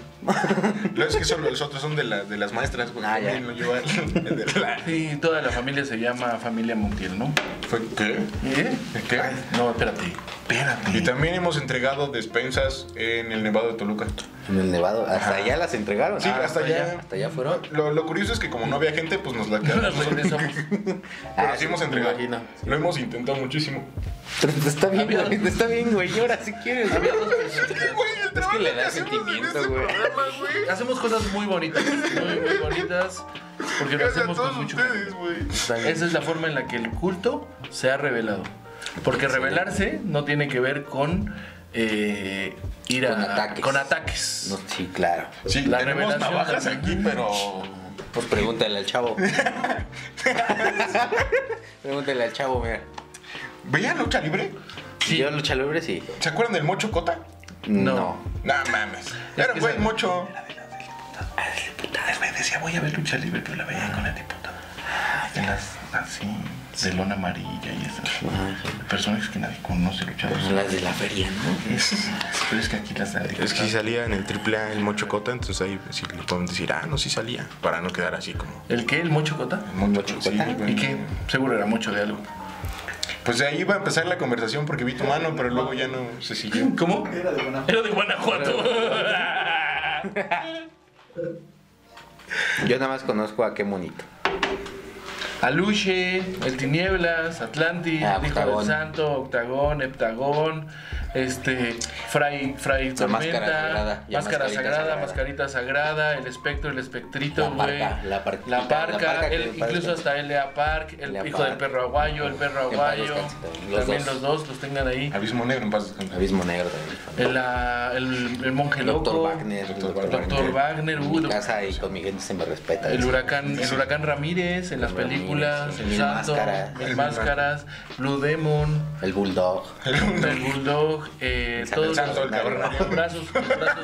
No, es que solo los otros son de, la- de las maestras, güey.
Ah, ya.
También lo lleva- de la-
sí, toda la familia se llama familia Montiel, ¿no?
Fue- ¿Qué?
¿Eh?
¿Qué?
No, espérate. Espérate.
Y también hemos entregado despensas en el Nevado de Toluca.
En el Nevado. Hasta allá las entregaron.
Sí,
Ah,
hasta allá.
Hasta allá fueron.
Lo, lo curioso es que como no había gente, pues nos la
Nos
quedamos.
regresamos.
Ah,
Pero sí hemos entregado.
me imagino.
Lo hemos intentado muchísimo.
Está bien,
Había-
güey. Está bien, güey. Llora si quieres. güey. Es que le da sentimiento, güey.
Hacemos cosas muy bonitas, muy, muy bonitas, porque lo
Gracias a
hacemos
todos
con mucho cariño.
ustedes, güey.
Está bien.
Esa es la forma en la que el culto se ha revelado. Porque revelarse no tiene que ver con eh, ir a,
Con ataques.
con ataques.
No, sí, claro.
Sí,
La
tenemos
revelación
navajas
también.
aquí, pero...
Pues pregúntale al chavo. pregúntale al chavo, mira.
¿Veían lucha libre? Sí.
Yo lucha libre sí.
¿Se acuerdan del Mocho Cota?
No.
No.
No mames. Era
que
güey
esa-
Mocho.
Me decía, voy a ver lucha libre, pero la veía con la diputada. En las, así, de lona amarilla y esas. Personas que nadie conoce luchando.
Las de la feria, ¿no?
Pero es que aquí las nadie
Es que si salía en el triple A el Mocho Cota, entonces ahí sí le pueden decir, ah, no, sí salía. Para no quedar así como.
¿El qué? ¿El mocho cota?
Mucho
Sí,
¿Y qué? Seguro era mocho de algo.
Pues de ahí iba a empezar la conversación porque vi tu mano, pero luego ya no se siguió.
¿Cómo? Era de Guanajuato. Era de Guanajuato.
Yo nada más conozco a qué monito.
Aluche, El Tinieblas, Atlantis,
Ah,
El Hijo
Octagón.
del Santo, Octagón, Heptagón, este, Fray, Fray
La máscara
Tormenta,
sagrada y la
Máscara
mascarita
Sagrada,
sagrada.
Mascarita Sagrada, El Espectro, El Espectrito,
La parca,
güey.
la parquita,
La Parca,
la parca que
el-
le parece.
incluso hasta L.A. Park, El
L.A.
Hijo
Park.
del Perro Aguayo, El Perro
Que en paz
Aguayo,
descanse también, los
también
dos. Ah.
los dos los tengan ahí.
Abismo negro en paz descanse.
Abismo negro también.
El, ah, el- el Monje
Doctor
Loco,
Wagner.
Doctor
Doctor Wagner,
En
uh,
mi casa y con mi gente se me respeta.
El
Eso.
huracán, el huracán Ramírez en las
Este, Ramírez,
películas,
sí.
el
Mil
Santo,
Máscaras.
Mil Máscaras, Blue Demon,
El bulldog.
el Bulldog, eh,
El San-
todos
el
Santo, el
los
Cavernario.
brazos, brazos,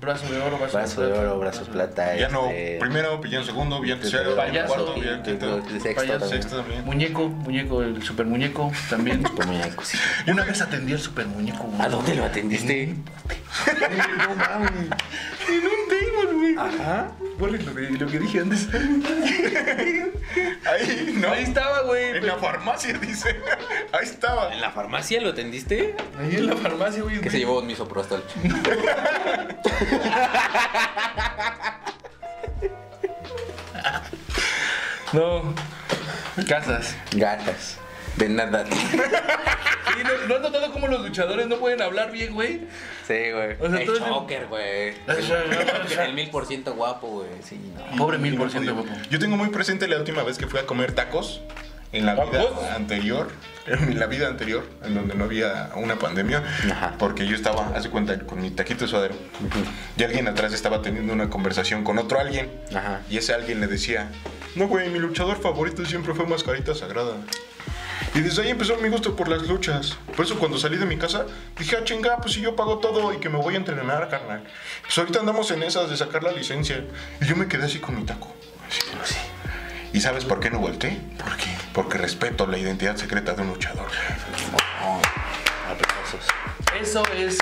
brazo de oro, brazo,
Brazo de oro, brazo de plata.
Ya no,
este,
primero, pillón segundo, pillón tercero,
Payaso.
pillón cuarto,
y-
pillón
y-
quinto,
y- sexto
Payaso,
también.
sexto también.
Muñeco, muñeco, el super muñeco también.
Con muñecos, sí.
Una vez atendí al super muñeco. güey.
¿A dónde lo atendiste? no mames.
En un table, güey.
Ajá.
Ponle lo que, lo que dije antes.
Ahí, no.
Ahí estaba, güey.
En la farmacia, dice. Ahahí estaba.
¿En la farmacia lo atendiste?
Ahí en la farmacia, güey.
Que se llevó un misoprostol.
No. Casas.
Gatas. De nada.
Sí, ¿no, ¿No has notado cómo los luchadores no pueden hablar bien, güey?
Sí, güey.
O sea,
el
tú eres-
choker, güey. El, el mil por ciento guapo, güey. Sí, no.
Pobre mil por ciento, guapo.
Yo tengo muy presente la última vez que fui a comer tacos en la
¿Tacos?
vida anterior, en la vida anterior, en donde no había una pandemia,
Ajá.
porque yo estaba, hace cuenta, con mi taquito de suadero, y alguien atrás estaba teniendo una conversación con otro alguien,
Ajá.
y ese alguien le decía, no, güey, mi luchador favorito siempre fue Mascarita Sagrada. Y desde ahí empezó mi gusto por las luchas. Por eso cuando salí de mi casa dije, ah, chinga, pues si yo pago todo y que me voy a entrenar, carnal. Pues ahorita andamos en esas de sacar la licencia. Y yo me quedé así con mi taco. Así, así. ¿Y sabes por qué no volteé? ¿Por qué? Porque respeto la identidad secreta de un luchador.
No. Aplausos.
Eso es.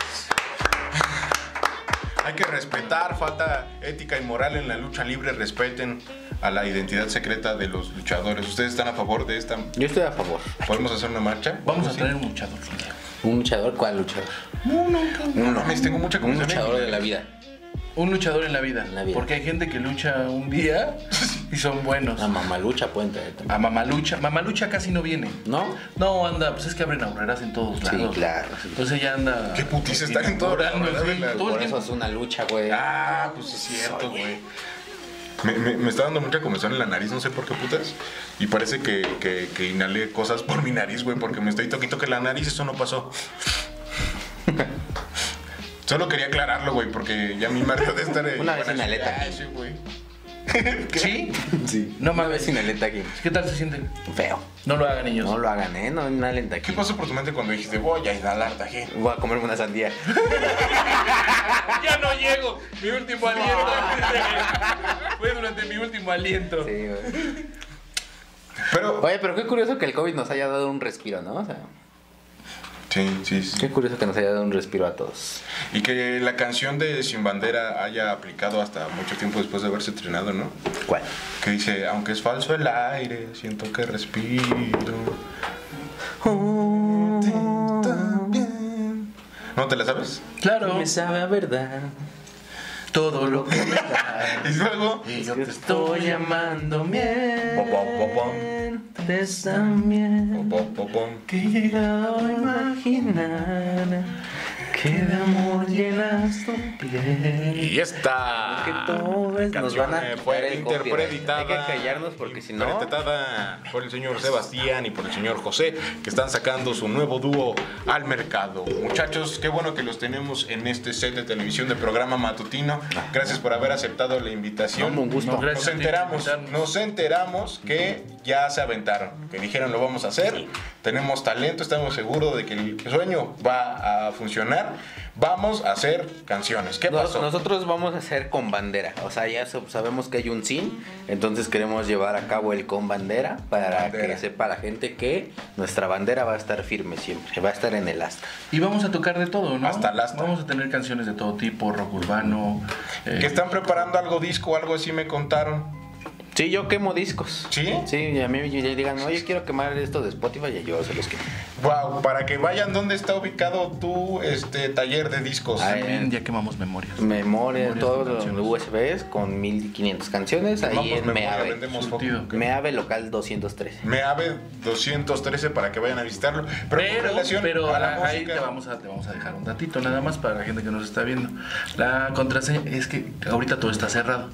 Hay que respetar, falta ética y moral en la lucha libre. Respeten a la identidad secreta de los luchadores. ¿Ustedes están a favor de esta?
Yo estoy a favor.
¿Podemos hacer una marcha?
Vamos a tener un luchador.
¿Un luchador? ¿Cuál luchador?
No, no, mames, tengo mucha
Un
confianza en
luchador
mi-
de la vida.
Un luchador en la vida.
En la vida.
Porque hay gente que lucha un día y son buenos.
La mamalucha pueden traer también.
A Mamalucha. Mamalucha casi no viene.
¿No?
No, anda, pues es que abren aureras en todos
Sí,
lados.
claro, sí.
Entonces ya anda.
Qué putiza estar en todo
Orando,
lado,
sí,
¿verdad?
todo el
Por
tiempo.
eso es una lucha, güey.
Ah, pues es cierto, güey. Me, me- me está dando mucha comezón en la nariz, no sé por qué putas. Y parece que, que, que inhalé cosas por mi nariz, güey, porque me estoy toquito que la nariz, eso no pasó. Solo quería aclararlo, güey, porque ya mi marca de estar. eh,
Una vez
bueno,
inhalé
sí,
taquín.
ay, sí, güey.
¿Sí?
Sí.
No
Una
mames.
vez inhalé aquí.
¿Qué tal se sienten?
Feo.
No lo hagan ellos.
No lo hagan, ¿eh? No inhalen
¿Qué
aquí.
pasó por tu mente cuando dijiste, voy a inhalar tajín?
Voy a comerme una sandía.
Ya no llego. Mi último aliento. Fue durante mi último aliento.
Sí, güey.
Pero.
Oye, pero qué curioso que el COVID nos haya dado un respiro, ¿no? O sea,
Sí, sí, sí.
qué curioso que nos haya dado un respiro a todos.
Y que la canción de Sin Bandera haya aplicado hasta mucho tiempo después de haberse estrenado, ¿no?
¿Cuál?
Que dice, aunque es falso el aire, siento que respiro. También. ¿No te la sabes?
Claro.
Pues Me sabe a verdad.
Todo lo que me da.
Y luego,
Y Yo te estoy amando bien.
Pom, pom, pom,
Te también.
pom, pom, pom.
Que he llegado a imaginar que de amor llenas tu piel.
Y esta.
Ah,
Que todo es- nos van a
canción, eh,
quitar
fue
el copyright.
interpretada.
Hay que callarnos porque si no.
interpretada por el señor Sebastián y por el señor José, que están sacando su nuevo dúo al mercado.
Muchachos, qué bueno que los tenemos en este set de televisión de programa matutino. Gracias por haber aceptado la invitación.
Ah. No, un gusto.
No, gracias
Nos
a ti por
enteramos,
invitarnos.
nos enteramos que ya se aventaron, que dijeron lo vamos a hacer, tenemos talento, estamos seguros de que el sueño va a funcionar, vamos a hacer canciones. ¿Qué
No-
pasó?
Nosotros vamos a hacer con bandera. O sea, ya so- sabemos que hay un sin, entonces queremos llevar a cabo el con bandera para
Bandera.
que sepa la gente que nuestra bandera va a estar firme siempre, va a estar en el asta.
Y vamos a tocar de todo, ¿no?
Hasta el asta.
Vamos a tener canciones de todo tipo, rock urbano. eh,
que están preparando algo disco, algo así me contaron.
Sí, yo quemo discos.
¿Sí?
Sí, y a mí me digan, oye, quiero quemar esto de Spotify y yo se los quemo.
Wow, para que vayan dónde está ubicado tu este taller de discos.
Ah,
También ya quemamos memorias.
Memoria,
Memorias
todos
con
los
canciones.
USBs con 1500 canciones
Vamos,
ahí en
memoria,
Meave.
vendemos foco.
Surtido.
Meave local 213.
Meave 213 para que vayan a visitarlo. Pero, con
Pero,
relación
pero
a la
a- ahí
música-
te vamos, a, te vamos a dejar un datito nada más para la gente que nos está viendo. La contraseña es que ahorita todo está cerrado.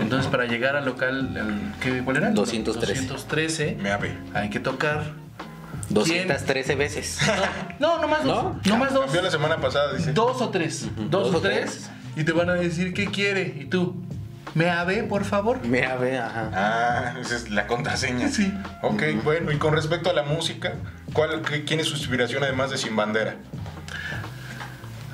Entonces, para llegar al local, al- ¿qué- ¿cuál era?
213.
213,
Meave.
hay que tocar.
213 veces.
No, nomás dos.
¿No?
Nomás dos.
Vio la semana pasada, dice.
Dos o tres. Dos,
Dos
o
o
tres. Y te van a decir qué quiere. Y tú, ¿me ave, por favor?
Meave, ajá.
Ah, esa es la contraseña.
Sí.
Ok, bueno, y con respecto a la música, ¿cuál, qué- ¿quién es su inspiración además de Sin Bandera?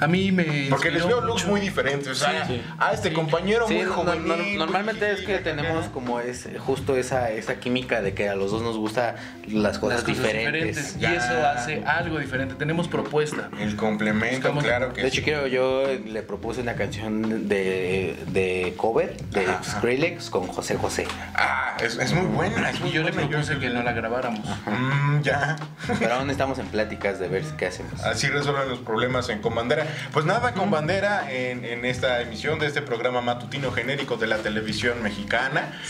A mí me.
Porque les
inspiró
veo looks
mucho.
muy diferentes. O sea,
Sí, sí.
ah, este compañero
Sí,
muy
no-
joven.
no- normalmente es que tenemos como es justo esa, esa química de que a los dos nos gusta las
Las
cosas,
cosas
diferentes.
diferentes.
Ya.
Y eso hace algo diferente. Tenemos propuesta.
El complemento,
Buscamos-
claro que
De
sí.
hecho, quiero, yo le propuse una canción de, de cover de
Ajá, ajá.
Skrillex con José José.
Ah, es, es muy buena. Es muy
Y yo le
buena,
propuse que no la grabáramos.
Ah,
Mm, ya.
Pero aún estamos en pláticas de ver qué hacemos.
Así resuelven los problemas en Comandera. Pues nada, Comandera, en, en esta emisión de este programa matutino genérico de la televisión mexicana.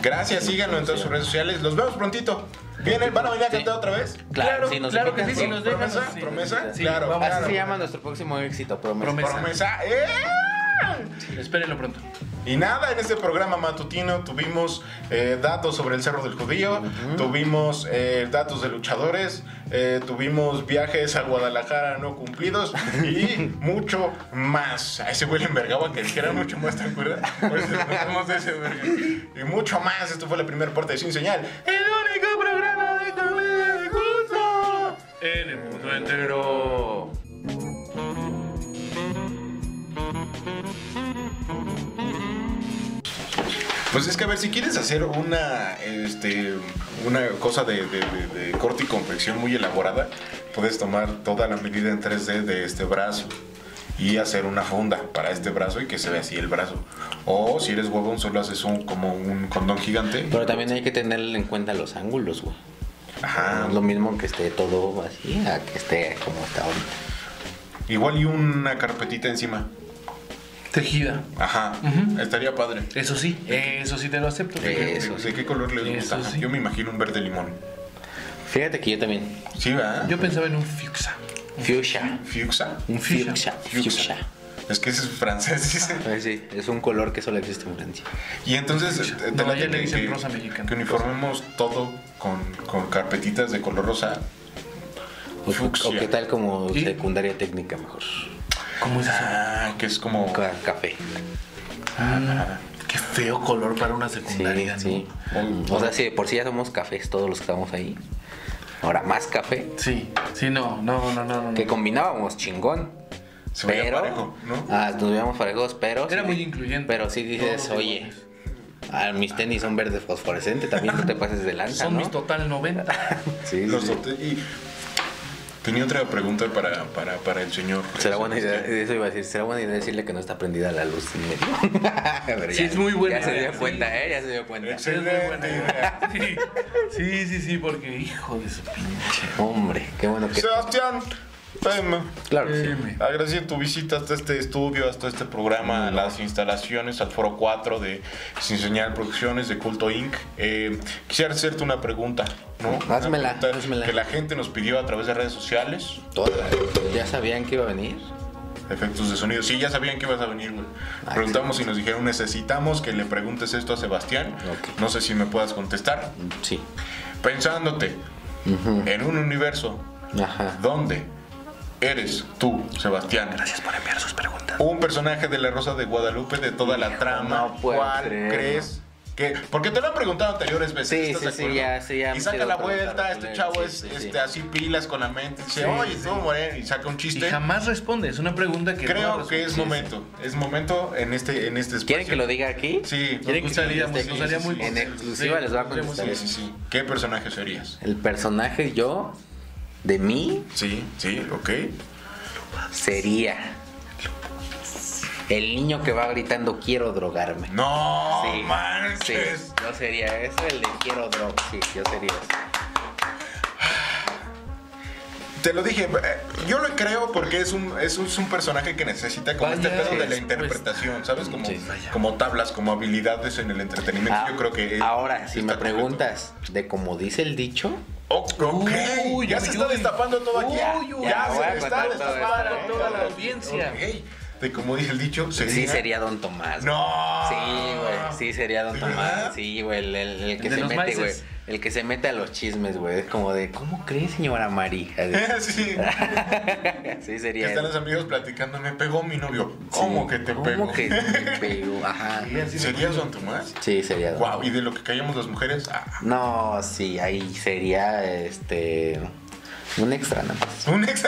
Gracias, síganlo en todas sus redes sociales. Los vemos prontito. ¿Vienen? ¿Van a venir a cantar otra vez?
Claro,
sí, nos
claro que
dejan.
sí, sí nos dejan.
¿Promesa?
sí.
¿Promesa?
Sí,
claro,
vamos.
Así
claro.
se llama nuestro próximo éxito, promesa.
Promesa.
Promesa. ¡Eh!
Espérenlo pronto.
Y nada, en este programa matutino tuvimos eh, datos sobre el Cerro del Judío, tuvimos eh, datos de luchadores, eh, tuvimos viajes a Guadalajara no cumplidos y mucho más. A ese güey le envergaba que dijera mucho más, ¿te acuerdas? Por eso nos damos de ese verga. Y mucho más, esto fue la primera parte de Sin Señal. El único programa de comida de gusto.
En el mundo entero.
Pues es que a ver, si quieres hacer una, este, una cosa de, de- de- de corte y confección muy elaborada, puedes tomar toda la medida en 3D de este brazo y hacer una funda para este brazo y que se vea así el brazo. O si eres huevón, solo haces un, como un condón gigante.
Pero también hay que tener en cuenta los ángulos, güey. No
Ajá.
es lo mismo que esté todo así, a que esté como está ahorita.
Igual y una carpetita encima.
Tejida.
Ajá. Estaría padre.
Eso sí, eso sí te lo acepto.
Eh, Eso
¿De,
sí.
de qué color les
Eso
gusta?
sí.
Yo me imagino un verde limón.
Fíjate que yo también.
Sí, ¿verdad?
Yo pensaba en un fuxa.
Fuchsia.
Fuchsia.
Un
fuchsia.
fuchsia.
Fuchsia.
Fuchsia.
Es que ese es francés, dice.
Ay, sí, es un color que solo existe en Francia.
Y entonces eh, te
No,
late
ya le
que-
dicen
que,
rosa mexicana.
que uniformemos todo con, con carpetitas de color rosa.
O,
Fucsia.
o qué tal como
¿Y?
secundaria técnica mejor.
¿Cómo es eso?
Ah, que es como.
Ca- Café.
Mm, Qué feo color para una
Sí,
secundaria. ¿no?
ah, sí. O sea, si de por sí ya somos cafés todos los que estamos ahí. Ahora más café.
Sí, sí, no, no, no, no. no.
Que combinábamos chingón.
Se veía
pero.
parejo, ¿no?
Ah, nos veíamos parejos, pero.
Era muy incluyente.
Pero si dices,
Todos
oye.
iguales.
ah, mis tenis son verde fosforescente, también no te pases de lanza,
Son
¿no?
mis total 90.
Sí,
los
sí.
dote- y tenía otra pregunta para, para, para el señor.
Será buena idea, eso iba a decir, será buena idea decirle que no está prendida la luz en medio. Pero
Sí, es muy buena
Ya se
idea,
dio
sí.
cuenta, ¿eh? Ya se dio cuenta.
Excelente idea.
Sí, sí, sí, sí, porque hijo de su pinche.
Hombre, qué bueno que...
Sebastián, teme.
Claro, que sí.
eh,
Agradecer tu visita hasta este estudio, hasta este programa, a las instalaciones, al foro 4 de Sin Señal Producciones de Culto Inc. Eh, quisiera hacerte una pregunta, ¿no? Una
Házmela,
pregunta
házmela.
Que la gente nos pidió a través de redes sociales,
Todas. ¿Ya sabían que iba a venir?
efectos de sonido. Sí, ya sabían que ibas a venir, güey. Preguntamos y nos dijeron, necesitamos que le preguntes esto a Sebastián.
Ok.
No sé si me puedas contestar.
Sí.
Pensándote en un universo
Ajá.
donde eres tú, Sebastián.
Gracias por enviar sus preguntas.
Un personaje de la Rosa de Guadalupe de toda la trama.
no puedo
¿Cuál
creer.
crees Que, porque te lo han preguntado anteriores veces.
Sí,
¿estás
sí,
de
sí,
acuerdo?
ya, sí, ya
Y
me
saca
quedó
la
preguntar
vuelta,
con
este
él,
chavo
sí,
es
sí,
este,
sí.
así pilas con la mente. Dice,
Sí,
oye,
sí.
tú, moreno, y saca un
Y
chiste.
jamás responde. Es una pregunta que.
Creo que es momento. Es momento en este, en este espacio.
¿Quieren que lo diga aquí?
Sí,
Nos gustaría,
que-
nos gustaría pues, muy
En exclusiva
Sí,
les va a
podríamos-
contestar.
Sí, sí, sí. ¿Qué personaje serías?
El personaje yo, de mí,
Sí, sí, ok.
sería el niño que va gritando quiero drogarme.
No
Sí,
manches.
Sí, yo sería ese, el de quiero drog. Sí, yo sería ese.
Te lo dije, eh, yo lo creo porque es un, es un, es un personaje que necesita como
Vaya,
este pedo de la
pues,
interpretación, ¿sabes? Como,
sí, vaya.
como tablas, como habilidades en el entretenimiento.
Ah,
yo creo que. él
ahora, si
está
me preguntas de cómo dice el dicho,
completo. Oh, ok,
Uy,
ya
uy,
se está
uy.
destapando todo aquí.
Uy, uy,
ya
ya voy a
se está
contar todo
destapando
esto,
toda
¿eh?
la
Toda la
audiencia.
audiencia.
Ok. De como dice el dicho, sería.
sí sería Don Tomás. güey.
No.
Sí, güey, sí sería Don
¿De verdad?
Tomás. Sí, güey, el, el- el que
El de
se
los
mete, güey.
maices.
El que se mete a los chismes, güey. Es como de, ¿cómo crees, señora María?
sí.
Sí, sería.
Están los
él.
amigos platicando, me pegó mi novio. ¿Cómo que te
¿Cómo
pegó?
que te pegó? Ajá.
¿Serías Don Tomás?
Sí, sería Don
Wow, y de lo que callamos las mujeres, ah,
No, sí, ahí sería este. Un extra nada más.
un ex.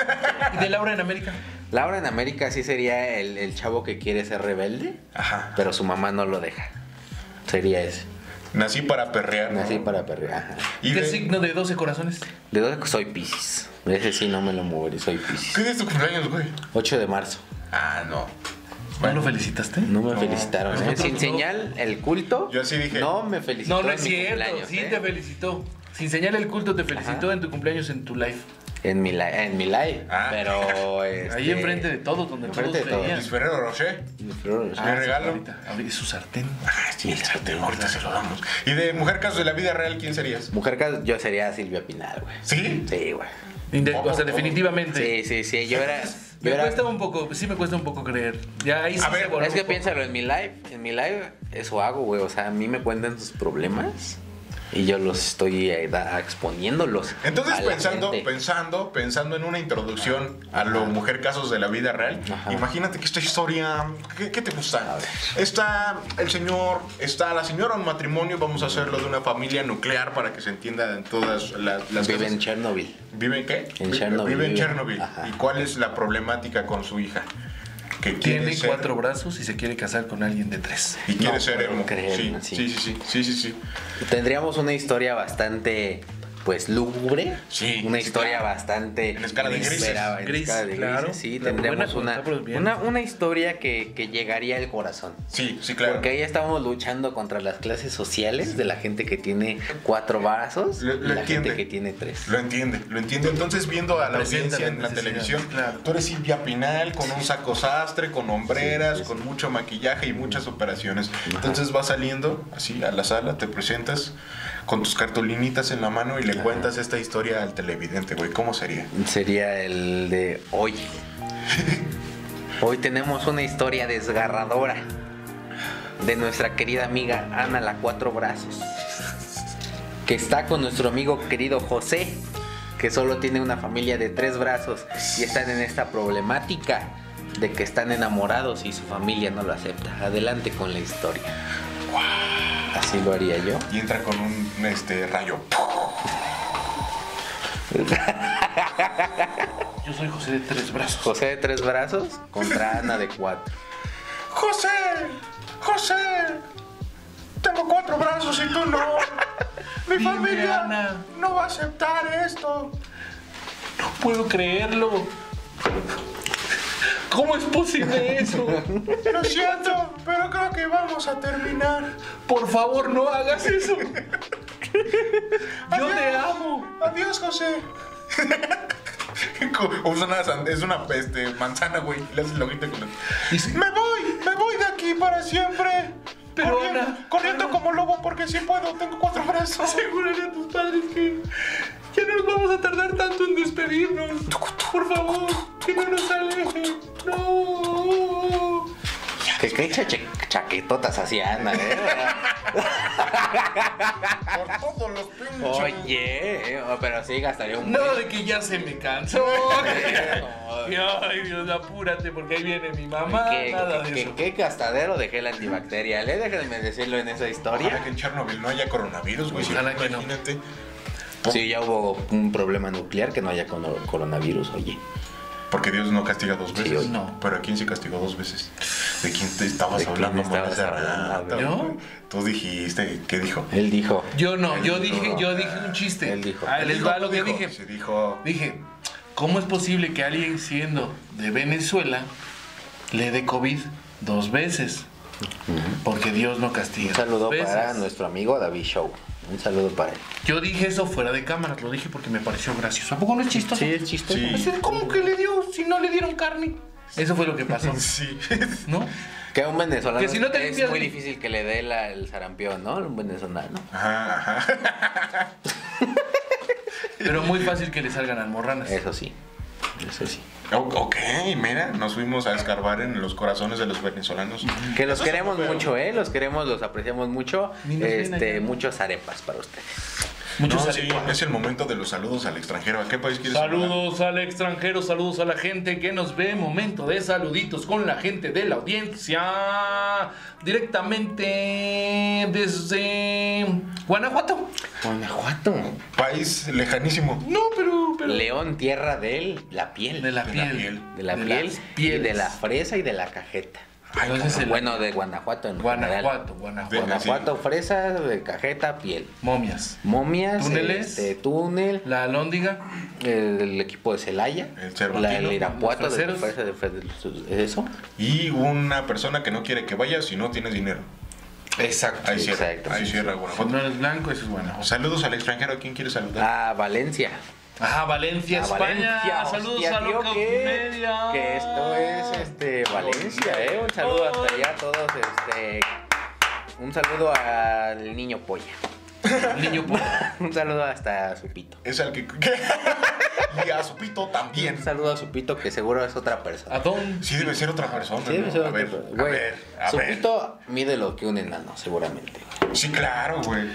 ¿Y de Laura en América?
Laura en América sí sería el, el chavo que quiere ser rebelde,
Ajá.
pero su mamá no lo deja. Sería ese.
Nací para perrear. ¿no?
Así para perrear. ajá.
Y
¿Qué
de-
signo de 12 corazones?
¿De dónde soy Pisces? Ese sí no me lo moveré, soy
¿Qué
Pisces.
día es tu cumpleaños, güey?
8 de marzo.
Ah, no.
¿No lo felicitaste?
No me felicitaron, ¿eh?
nosotros
Sin
no.
señal, el culto.
Yo sí dije.
No me felicitó.
No, no
en
es
mi
cierto.
cumpleaños,
Sí,
¿eh?
te felicitó. Sin señal el culto te felicitó en tu cumpleaños en tu live.
En mi, li- en mi live.
Ah.
Pero. este,
Ahí enfrente de todos, donde
enfrente
todos
de todos.
veían. Ah,
Luis Ferrero Rocher.
Pero-
¿Me regalo?
Ahorita, abrí su sartén.
Ah, sí, el sartén, ahorita se lo damos. Y de mujer caso de la vida real, ¿quién serías?
Mujer, cas- yo sería Silvia Pinal, güey.
¿Sí?
Sí, güey.
Inde- o sea, definitivamente.
Sí, sí, sí. Yo era. Yo
Me
era
cuesta un poco, sí me cuesta un poco creer. Ya ahí sí
A ver,
se voló
es que
un poco.
piénsalo, en mi live, en mi live, eso hago, güey. O sea, a mí me cuentan sus problemas y yo los estoy eh, da- exponiéndolos.
Entonces
a la
pensando,
gente.
pensando, pensando en una introducción a lo mujer casos de la vida real,
Ajá.
imagínate que esta historia, ¿qué, qué te gusta? Está el señor, está la señora en matrimonio, vamos a hacerlo de una familia nuclear para que se entienda en todas las, las
Vive en
cosas.
Chernobyl.
¿Vive en qué?
En
Vi-
Chernobyl,
Vive en
vive.
Chernobyl.
Ajá.
¿Y cuál es la problemática con su hija? Que quiere
Tiene
ser-
cuatro brazos y se quiere casar con alguien de tres.
Y quiere
No
ser
puedo
emo. Sí,
creerlo,
sí,
sí.
sí, sí, sí, sí, sí.
Tendríamos una historia bastante, pues, lúgubre.
Sí,
Una
sí,
historia
claro.
bastante.
En escala de grises.
inesperada, En
Gris,
escala de grises,
claro.
Sí,
La
tendríamos
buena
una,
cuenta, pero bien.
una, una historia que, que llegaría al corazón.
Sí, sí, claro.
Porque ahí estábamos luchando contra las clases sociales de la gente que tiene cuatro brazos
Lo- lo
y la
entiende.
gente que tiene tres.
Lo entiende, lo entiende. Entonces, viendo a la
Presenta
audiencia
la
en la
necesidad,
televisión,
claro.
tú eres Silvia Pinal con un saco sastre, con hombreras, con mucho maquillaje y muchas operaciones. Entonces vas saliendo así a la sala, te presentas con tus cartolinitas en la mano y le cuentas esta historia al televidente, güey. ¿Cómo sería?
Sería el de hoy. Hoy tenemos una historia desgarradora de nuestra querida amiga Ana la Cuatro Brazos, que está con nuestro amigo querido José, que solo tiene una familia de tres brazos y están en esta problemática de que están enamorados y su familia no lo acepta. Adelante con la historia. Así lo haría yo.
Y entra con un este rayo.
Yo soy José de tres brazos.
José de tres brazos contra Ana de cuatro.
¡José! ¡José! Tengo cuatro brazos y tú no. Mi
Dime,
familia
Ana.
no va a aceptar esto.
No puedo creerlo. ¿Cómo es posible eso?
Lo siento, pero creo que vamos a terminar.
Por favor, no hagas eso. Yo te amo.
Adiós, José. Usa una, san- es una este, manzana, güey. Le haces la hojita con la-
Dice,
Me voy, me voy de aquí para siempre.
Pero,
corriendo,
Ana,
corriendo
Ana.
como lobo porque sí puedo, tengo cuatro brazos.
asegúrale a tus padres que ya no nos vamos a tardar tanto en despedirnos. Por favor, que no nos alejen. No.
Que qué cha- cha- chaquetotas hacía Ana, ¿eh?
Por todos los pinches.
Oye, eh, pero sí gastaría un
No, de que ya se me cansó. Y, Ay, Dios, apúrate porque ahí viene mi mamá.
¿Qué,
nada
qué-
de
qué-
eso.
qué gastadero de gel antibacterial, ¿eh? Déjenme decirlo en esa
Ojalá
historia.
que en Chernobyl no haya coronavirus, güey.
Ojalá que no.
Imagínate.
Sí, ya hubo un problema nuclear que no haya cono- coronavirus, oye.
Porque Dios no castiga dos veces.
oye.
No.
Pero ¿a quién se castigó dos veces? ¿De quién te estabas
¿De quién
hablando,
estabas
Manuel
hablando?
Serrano,
¿Yo?
güey? Tú dijiste, ¿qué dijo?
Él dijo.
Yo no, yo
Él
dije,
dijo,
yo dije un chiste.
él dijo.
Ah, les va lo que
Dijo,
dije.
Se dijo.
Dije, ¿cómo es posible que alguien siendo de Venezuela le dé COVID dos veces? Porque Dios no castiga.
Un saludo
dos veces.
para nuestro amigo David Show. Un saludo para él.
Yo dije eso fuera de cámara, lo dije porque me pareció gracioso. ¿A poco no es chistoso?
es chiste.
Así, ¿Cómo que le dio si no le dieron carne? Eso fue lo que pasó,
Sí.
¿no?
Que a un venezolano
Que si no te
es
limpias-
muy difícil que le dé la- el sarampión, ¿no? Un venezolano.
Ajá, ajá.
Pero muy fácil que le salgan almorranas.
Eso sí. Eso sí.
O- Ok, mira, nos fuimos a escarbar en los corazones de los venezolanos.
Que los queremos mucho, ¿eh? Los queremos, los apreciamos mucho.
Ni nos ven
Este,
allá.
muchos arepas para ustedes.
Muchos
No,
sal-
sí, es el momento de los saludos al extranjero. ¿A qué país quieres saludar?
Saludos al extranjero, saludos a la gente que nos ve. Momento de saluditos con la gente de la audiencia. Directamente desde Guanajuato.
Guanajuato.
País lejanísimo.
No, pero. pero
León, tierra del, la piel.
de la piel.
piel.
De la
de
piel.
las
Y
pieles.
de la fresa y de la cajeta.
Entonces el-
Bueno, de Guanajuato en general.
Guanajuato, Guanajuato.
Venga,
Guanajuato, fresa, de cajeta, piel.
Momias.
Momias,
Túneles.
este, túnel,
La alóndiga.
el, el equipo de Celaya,
El Cervantino,
la- el Irapuato,
los
de-
freseros.
de- de- de- eso.
Y una persona que no quiere que vayas si no tienes dinero.
Exacto.
Ahí cierra.
Exacto.
ahí
sí,
cierra
Si
Guanajuato.
no eres blanco, eso es Guanajuato.
Saludos al extranjero. ¿A quién quieres
sí.
saludar?
A Ah, Valencia.
Ajá, Valencia,
a
España.
Ah, Valencia.
Saludos
hostia,
a
tío,
Loca
que,
Media.
que esto es este, Valencia, ¿eh? Un saludo hasta allá a todos. Este, un saludo al niño polla.
Niño pobre.
un saludo hasta su pito.
Es al que. y a su pito también.
Un saludo a su pito, que seguro es otra persona.
¿A dónde?
Sí, debe ser otra persona.
Sí,
¿no?
eso-
a ver, a
güey,
ver, a
su
ver.
pito mide lo que un enano, seguramente.
Sí, claro, güey.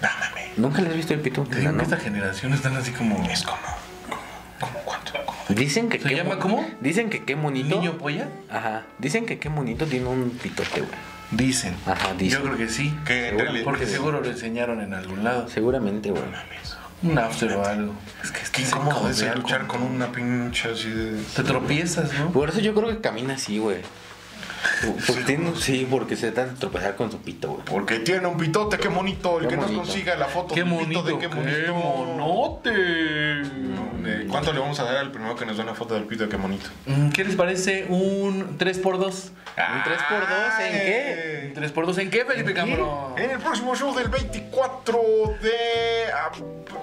Dámame.
Nunca le has visto el pito a un
Te digo
enano.
que esta generación están así como.
Es como. ¿Cómo cuánto? Como-
Dicen que
¿Se
qué
llama
mo-
cómo?
Dicen que qué monito.
¿Niño polla?
Ajá. Dicen que qué monito tiene un pitote, güey.
Dicen.
Ajá, dicen.
Yo creo que sí.
Que en
Seguro,
realidad-
Porque seguro lo enseñaron en algún lado.
Seguramente, güey.
Un after o algo. Es que
Qué
está
incómodo es
de
luchar con una pinche así de.
Te tropiezas, ¿no?
Por eso yo creo que camina así, güey. Pues tiene- sí, porque se trata de tropezar con su pito, güey.
Porque tiene un pitote, qué bonito. El
Qué
que nos
bonito.
consiga la foto
Qué
del pito
bonito.
de qué bonito.
monote!
Eh, ¿Cuánto le vamos a dar al primero que nos dé una foto del pito de qué bonito?
Mm, ¿Qué les parece un 3x2?
¿Un 3x2 en qué?
Ay.
¿3x2 en qué, Felipe Cambrón?
En el próximo show del 24 de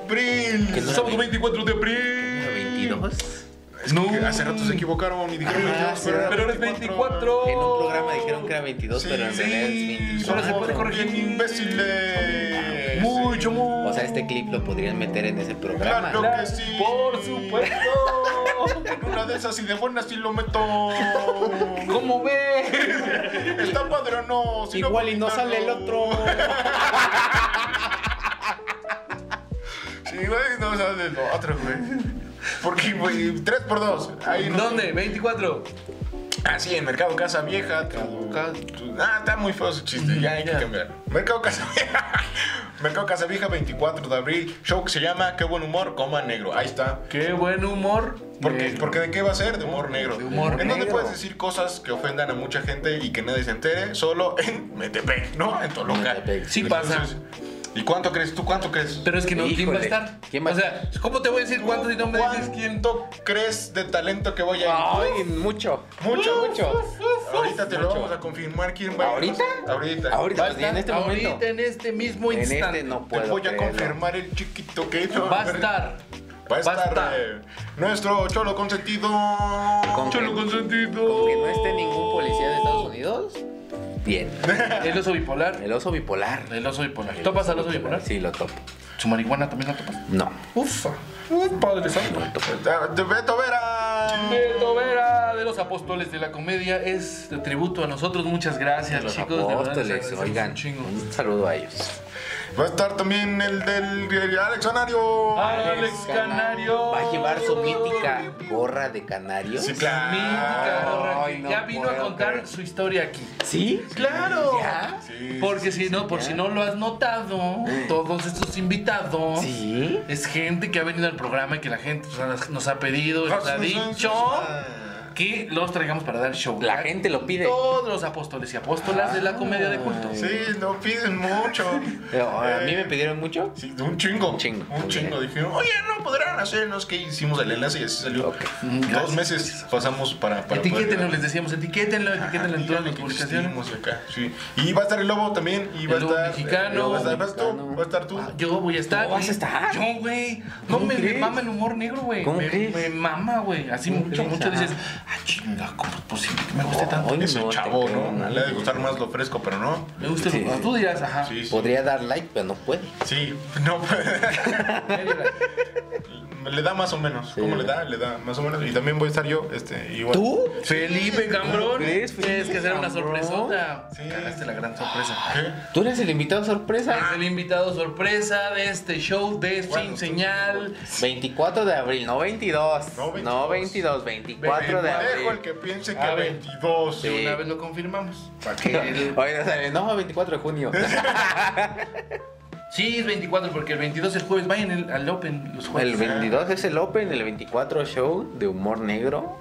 abril.
¿Que no era
Sábado
20?
24 de
¿Número
abril.
22?
Es que hace rato se equivocaron y dijeron
Ah,
22, pero,
sí.
era
Pero eres 24.
En un programa dijeron que era 22, pero en realidad es 22.
solo se puede
Ah,
corregir imbéciles.
Mucho,
Sí.
mucho.
O sea, este clip lo podrían meter en ese programa.
Claro que sí.
Por supuesto.
En una de esas y de buenas sí lo meto.
¿Cómo ves?
Está padre o no. Si
Igual y no
pues,
sale el otro.
Sí, igual y no sale el otro, güey. Porque, güey, 3 por 2 Ahí no-
¿Dónde? 24.
Ah, sí, en Mercado Casa Vieja. tu-
Ca-
tu- Ah, está muy feo ese chiste, ya hay que
Ya.
cambiar. Mercado Casa Vieja. Mercado Casa Vieja, 24 de abril. Show que se llama Qué buen humor, coma negro. Ahí está.
Qué buen humor.
Porque,
Eh,
porque de qué va a ser? De humor negro.
De humor
en donde
negro.
puedes decir cosas que ofendan a mucha gente y que nadie se entere, solo en Metepec, ¿no? En Toluca.
Metepec.
Sí pasa.
¿Y cuánto crees? ¿Tú cuánto crees?
Pero es que no, ¿quién va a
Híjole.
estar?
¿Quién va a
o sea, ¿cómo te voy a decir cuánto si no me dices Ah. quién?
¿Cuánto crees de talento que voy a ir?
Ay, mucho.
Mucho, mucho. Ahorita te lo
Mucho.
vamos a confirmar quién va a ir.
¿Ahorita?
Ahorita.
Ahorita,
Va a
pues, en
estar
este
ahorita,
momento.
en este mismo
En
instante.
este no
Te
puedo.
voy a
creerlo.
confirmar el chiquito que no.
Va a estar.
Va a estar, eh, nuestro cholo consentido.
Con
cholo
que-
consentido.
Con que no esté ningún policía de Estados Unidos. Bien.
El oso bipolar.
El oso bipolar.
El oso bipolar. ¿Topas al oso bipolar?
Sí, lo topo.
¿Su marihuana también la topas?
No.
Ufa. Un padre santo.
no lo topo.
Ah, de Beto Vera.
Beto Vera de los apóstoles de la comedia es de tributo a nosotros. Muchas gracias,
Los
chicos. de verdad, les
apóstoles,
agradecemos
oigan,
un chingo.
un saludo a ellos.
Va a estar también el del el Alex Anario.
Alex Canario.
Va a llevar su mítica gorra de canario.
Sí,
Mítica gorra que
Ay, no
ya vino a
puedo
contar
creer.
su historia aquí.
¿Sí?
Claro.
¿Ya?
Porque si no, por si no lo has notado, todos estos invitados
¿Sí?
es gente que ha venido al programa y que la gente pues, nos- nos ha pedido, nos ha dicho
ah.
que los traigamos para dar show.
La gente lo pide.
Todos los apóstoles y apóstolas de la comedia de culto.
Sí, no piden mucho.
Pero, A mí me
Eh,
pidieron mucho.
Sí, un chingo.
Un chingo.
Un chingo. Dije, oye, no podrán hacernos que hicimos el enlace y así salió.
Ok.
Dos meses pasamos para. para
Etiquétenlo,
poder-
les decíamos, etiquétenlo, etiquétenlo en todas
Díganle
las
que
publicaciones.
existimos acá, sí. Y va a estar el lobo también. Y va
El
a
Lobo
estar.
Mexicano.
el Lobo va a estar, vas
Mexicano. Ah,
tú. Va a estar tú.
Yo voy a estar.
¿Tú vas a
güey.
estar?
Yo, güey. No
¿Cómo
me, me
crees?
mama el humor negro, güey.
¿Cómo
me,
crees?
me mama, güey. Así
¿Cómo
mucho,
crees?
mucho
Ajá.
dices, ah, chinga, ¿cómo es posible que me guste tanto?
Ay,
Es el
no te
chavo,
creo,
¿no?
no.
Le ha de gustar más lo fresco, pero no.
Me gusta
Sí.
lo Tú dirás, ajá.
Sí, sí.
Podría dar like, pero no puede.
Sí, no.
Tú
le da más o menos. ¿Cómo le da? Le da más o menos. Y también voy a estar yo. Este, igual.
¿Tú?
Felipe Cambrón.
crees, Felipe
Tienes que hacer una
Cambrón?
sorpresota.
Sí.
Cagaste la gran sorpresa.
¿Qué?
¿Tú eres el invitado sorpresa?
Es el invitado sorpresa de este show de Sin Señal.
24 de abril, no 22.
No, 22.
No 22, 24 de
Dejo el
abril.
que piense
A
que
ver.
22.
De
Sí.
una vez lo confirmamos.
Oye, no sale, no, 24 de junio.
Sí, es 24, porque el 22 es jueves. Vayan el- al Open los
El
jueves.
22 es el Open, el 24 show de humor negro.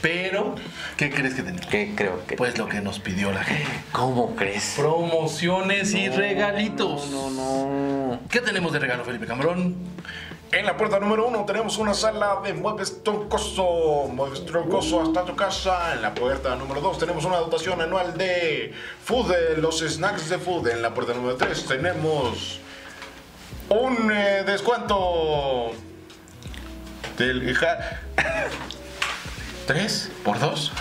Pero, ¿qué crees que tenemos?
Que creo que.
Pues lo que nos pidió la gente.
¿Cómo crees?
Promociones y regalitos.
No, no. no.
¿Qué tenemos de regalo, Felipe Cambrón?
En la puerta número uno tenemos una sala de muebles troncoso, muebles troncoso hasta tu casa. En la puerta número dos tenemos una dotación anual de food, eh, los snacks de food. En la puerta número tres tenemos un eh, descuento del ja- 3 por 2.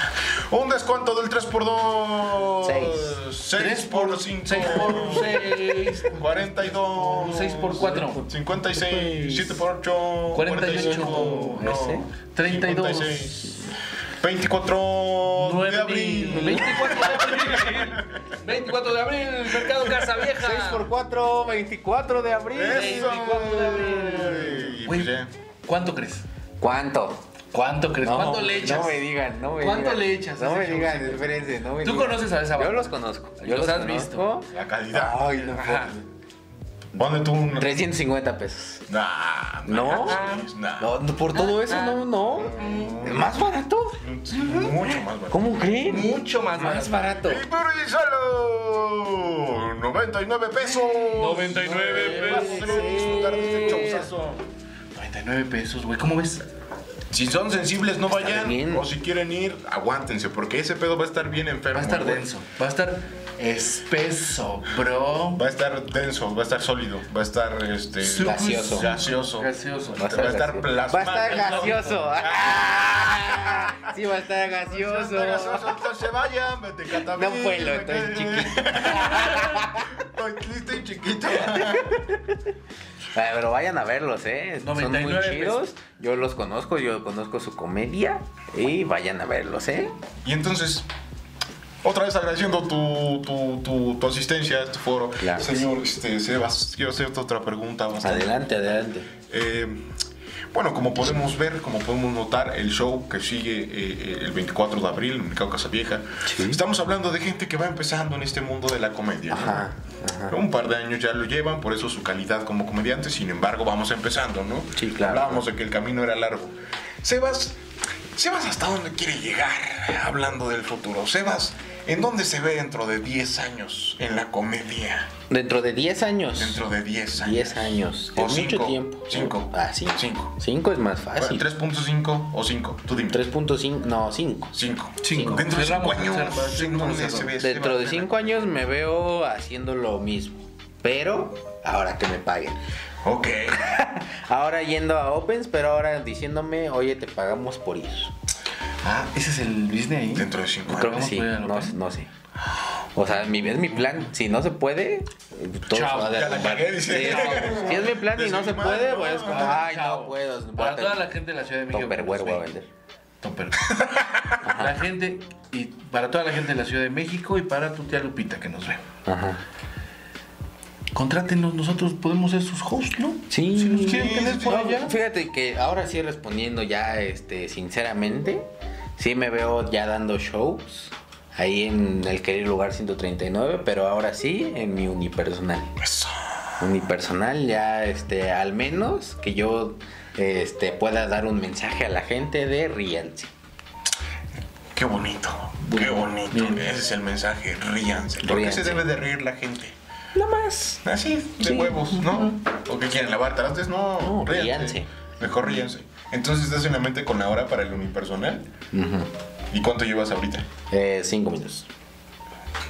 Un descuento del 3 por 2.
Seis.
6 por 5.
6 por 6.
42.
6 por 4.
56, 7 por 8,
48,
no,
ese.
32.
56, 24
9
de abril.
24 de abril. 24 de abril, Mercado Casa Vieja.
6 por 4, 24 de abril.
Eso.
24 de abril.
Y
Güey,
pues ya.
¿cuánto crees?
¿Cuánto?
¿Cuánto crees?
No,
¿Cuánto le echas?
No me digan, no me
¿Cuánto
digan.
le echas a
No
ese
me
show?
digan, espérense, no me
¿Tú
digan.
conoces a esa
Yo
banda?
los conozco. Yo
Los
los,
has
conozco.
La calidad.
Ay, no.
Ajá.
Ponle tú un.
350 pesos.
Nah,
¿No?
manches, nah.
No, no, por todo eso, no, no. ¿Más barato?
Sí, Mucho más barato.
¿Cómo creen?
Mucho más
Más
barato.
barato.
Y por ahí solo 99 pesos. Eh,
99
Vas a disfrutar de este showzazo.
99 pesos, güey. ¿Cómo ves?
Si son sensibles, no vayan.
bien.
O si quieren ir, aguántense, porque ese pedo va a estar bien enfermo.
Va a estar
güey.
denso. Va a estar espeso, bro.
Va a estar denso, va a estar sólido, va a estar este
Gaseoso.
gaseoso.
Gaseoso.
Va a estar
gaseoso. Va a
plasmado.
estar gaseoso. Ah, Sí, va a estar
Va a estar gaseoso,
gaseoso.
entonces vayan, vete
No puedo, estoy chiquito.
Estoy triste y chiquito.
Ah, Pero vayan a verlos, ¿eh? Son muy
99
chidos. Yo los conozco, yo conozco su comedia. Y vayan a verlos, ¿eh?
Y entonces, otra vez agradeciendo tu, tu, tu, tu asistencia, tu foro.
Claro.
Señor, este, Sebas, quiero hacerte otra pregunta. bastante
Adelante, adelante.
Eh, bueno, como podemos ver, como podemos notar, el show que sigue eh, eh, el 24 de abril en Mercado Casa Vieja,
Sí.
estamos hablando de gente que va empezando en este mundo de la comedia. ¿no?
Ajá, ajá.
Un par de años ya lo llevan, por eso su calidad como comediante, sin embargo, vamos empezando, ¿no?
Sí, claro.
Hablábamos de que el camino era largo. Sebas, Sebas, ¿hasta dónde quiere llegar hablando del futuro? Sebas, ¿en dónde se ve dentro de 10 años en la comedia?
Dentro de 10 años.
Dentro de 10 años.
10 años.
O
Es mucho
cinco,
tiempo.
cinco.
Ah, 5.
Cinco.
5 es más
Bueno,
fácil.
3.5 o 5, tú dime.
3.5, no, 5.
5.
Cinco.
Dentro de 5
Cerramos,
años.
cerramos,
¿en dónde
cerramos.
se ve este
Dentro de
Barcelona?
5 años me veo haciendo lo mismo. Pero ahora que me paguen.
Ok.
Ahora yendo a Opens, pero ahora diciéndome, oye, te pagamos por ir.
Ah,
Ese es el business ahí.
dentro de 5
Creo
años.
¿Vamos
que Ah, sí,
por ir al
no,
Open?
no sé. O sea, mi, es mi plan. Si no se puede, todo
Chao,
se va
ya
a
la
derrumbar.
cagué, dice.
Sí, no, si es mi plan y no se
Desanimado,
puede,
no,
pues,
no,
ay,
Chao.
no puedo. voy a
Para toda
tener
pues, la gente de la Ciudad de México.
Tupperware voy a
güey.
vender.
Topper. la gente, y para toda la gente de la Ciudad de México y para tu tía Lupita que nos ve.
Ajá.
Contrátenos, nosotros podemos ser sus hosts, ¿no?
Sí.
Si nos quieren tener por
No,
allá.
Fíjate que ahora sí respondiendo ya este sinceramente, sí me veo ya dando shows ahí en el querido lugar 139, pero ahora sí en mi unipersonal. Unipersonal ya este al menos que yo este pueda dar un mensaje a la gente de ríanse.
Qué bonito, qué bonito. Ese es el mensaje, ríanse. ¿Por qué se
Ríanse.
debe de reír la gente?
No más.
Así, de
Sí.
huevos, ¿no? ¿O qué quieren lavar trastes? No,
No,
ríanse.
ríanse.
Mejor ríanse. Entonces, ¿estás en la mente con la hora para el unipersonal? ¿Y cuánto llevas ahorita?
Eh, cinco minutos.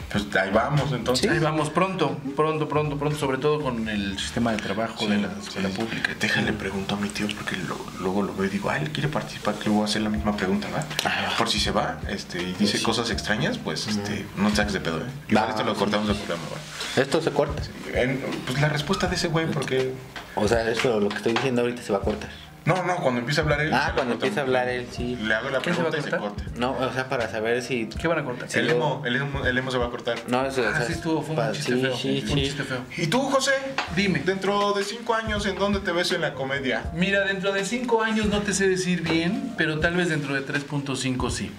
Pues ahí vamos, entonces.
Ahí vamos pronto, pronto, pronto, pronto, sobre todo con el sistema de trabajo de la escuela pública.
Déjale pregunto a mi tío porque lo- luego lo veo y digo, ah, él quiere participar, que le voy a hacer la misma pregunta, ¿va?
Ah.
Por si se va este, y dice cosas extrañas, pues este, no te saques de pedo, ¿eh? Igual
Va,
esto lo
sí.
cortamos del programa, ¿va?
Esto se corta.
En- pues la respuesta de ese güey, porque.
O sea, esto lo que estoy diciendo ahorita se va a cortar.
No, no, cuando empieza a hablar él. se
Ah,
la corta.
cuando empiece a hablar él sí.
Le hago la
¿Qué se va a
pregunta y se corta.
cortar?
No, o sea, para saber si
¿Qué van a cortar?
Sí.
El emo, el emo, el emo se va a cortar.
No, eso, o
Ah,
sea,
sí estuvo, fue
pa-
un chiste
sí,
feo.
sí,
fue un
sí.
chiste feo.
¿Y tú, José?
Dime.
Dentro de cinco años, ¿en dónde te ves en la comedia?
Mira, dentro de 5 años no te sé decir bien, pero tal vez dentro de 3.5 sí.